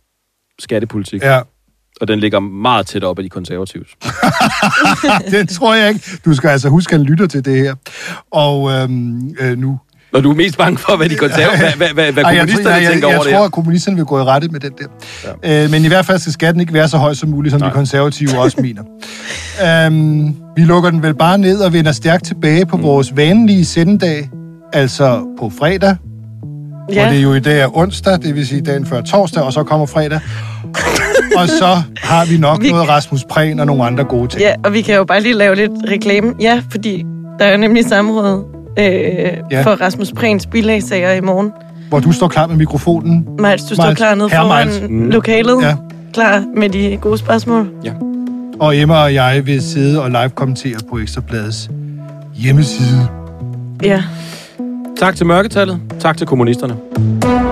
Speaker 2: skattepolitik.
Speaker 1: Ja.
Speaker 2: Og den ligger meget tæt op af de konservatives.
Speaker 1: det tror jeg ikke. Du skal altså huske, at han lytter til det her. Og øhm, øh, nu...
Speaker 2: Når du er mest bange for, hvad de konservative, hvad, hvad, hvad, hvad
Speaker 1: Ej, jeg tror-
Speaker 2: kommunisterne
Speaker 1: jeg, jeg,
Speaker 2: tænker
Speaker 1: jeg,
Speaker 2: over det
Speaker 1: Jeg tror,
Speaker 2: her.
Speaker 1: at kommunisterne vil gå i rette med den der. Ja. Øh, men i hvert fald skal skatten ikke være så høj som muligt, som Nej. de konservative også mener. øhm, vi lukker den vel bare ned og vender stærkt tilbage på mm. vores vanlige sendedag, altså på fredag. Ja. Hvor det jo i dag er onsdag, det vil sige dagen før torsdag, og så kommer fredag. og så har vi nok vi... noget Rasmus Prehn og nogle andre gode ting.
Speaker 3: Ja, og vi kan jo bare lige lave lidt reklame. Ja, fordi der er jo nemlig samråd øh,
Speaker 1: Ja.
Speaker 3: ja. for Rasmus Prehns bilagsager i morgen.
Speaker 1: Hvor du står klar med mikrofonen.
Speaker 3: Miles, du står
Speaker 1: Miles.
Speaker 3: klar nede
Speaker 1: Herre
Speaker 3: foran
Speaker 1: Miles.
Speaker 3: mm. lokalet.
Speaker 1: Ja.
Speaker 3: Ja. Klar med de gode spørgsmål.
Speaker 1: Og Emma og jeg vil sidde og live kommentere på Ekstrabladets hjemmeside.
Speaker 3: Ja.
Speaker 2: Tak til mørketallet. Tak til kommunisterne.
Speaker 3: Yeah.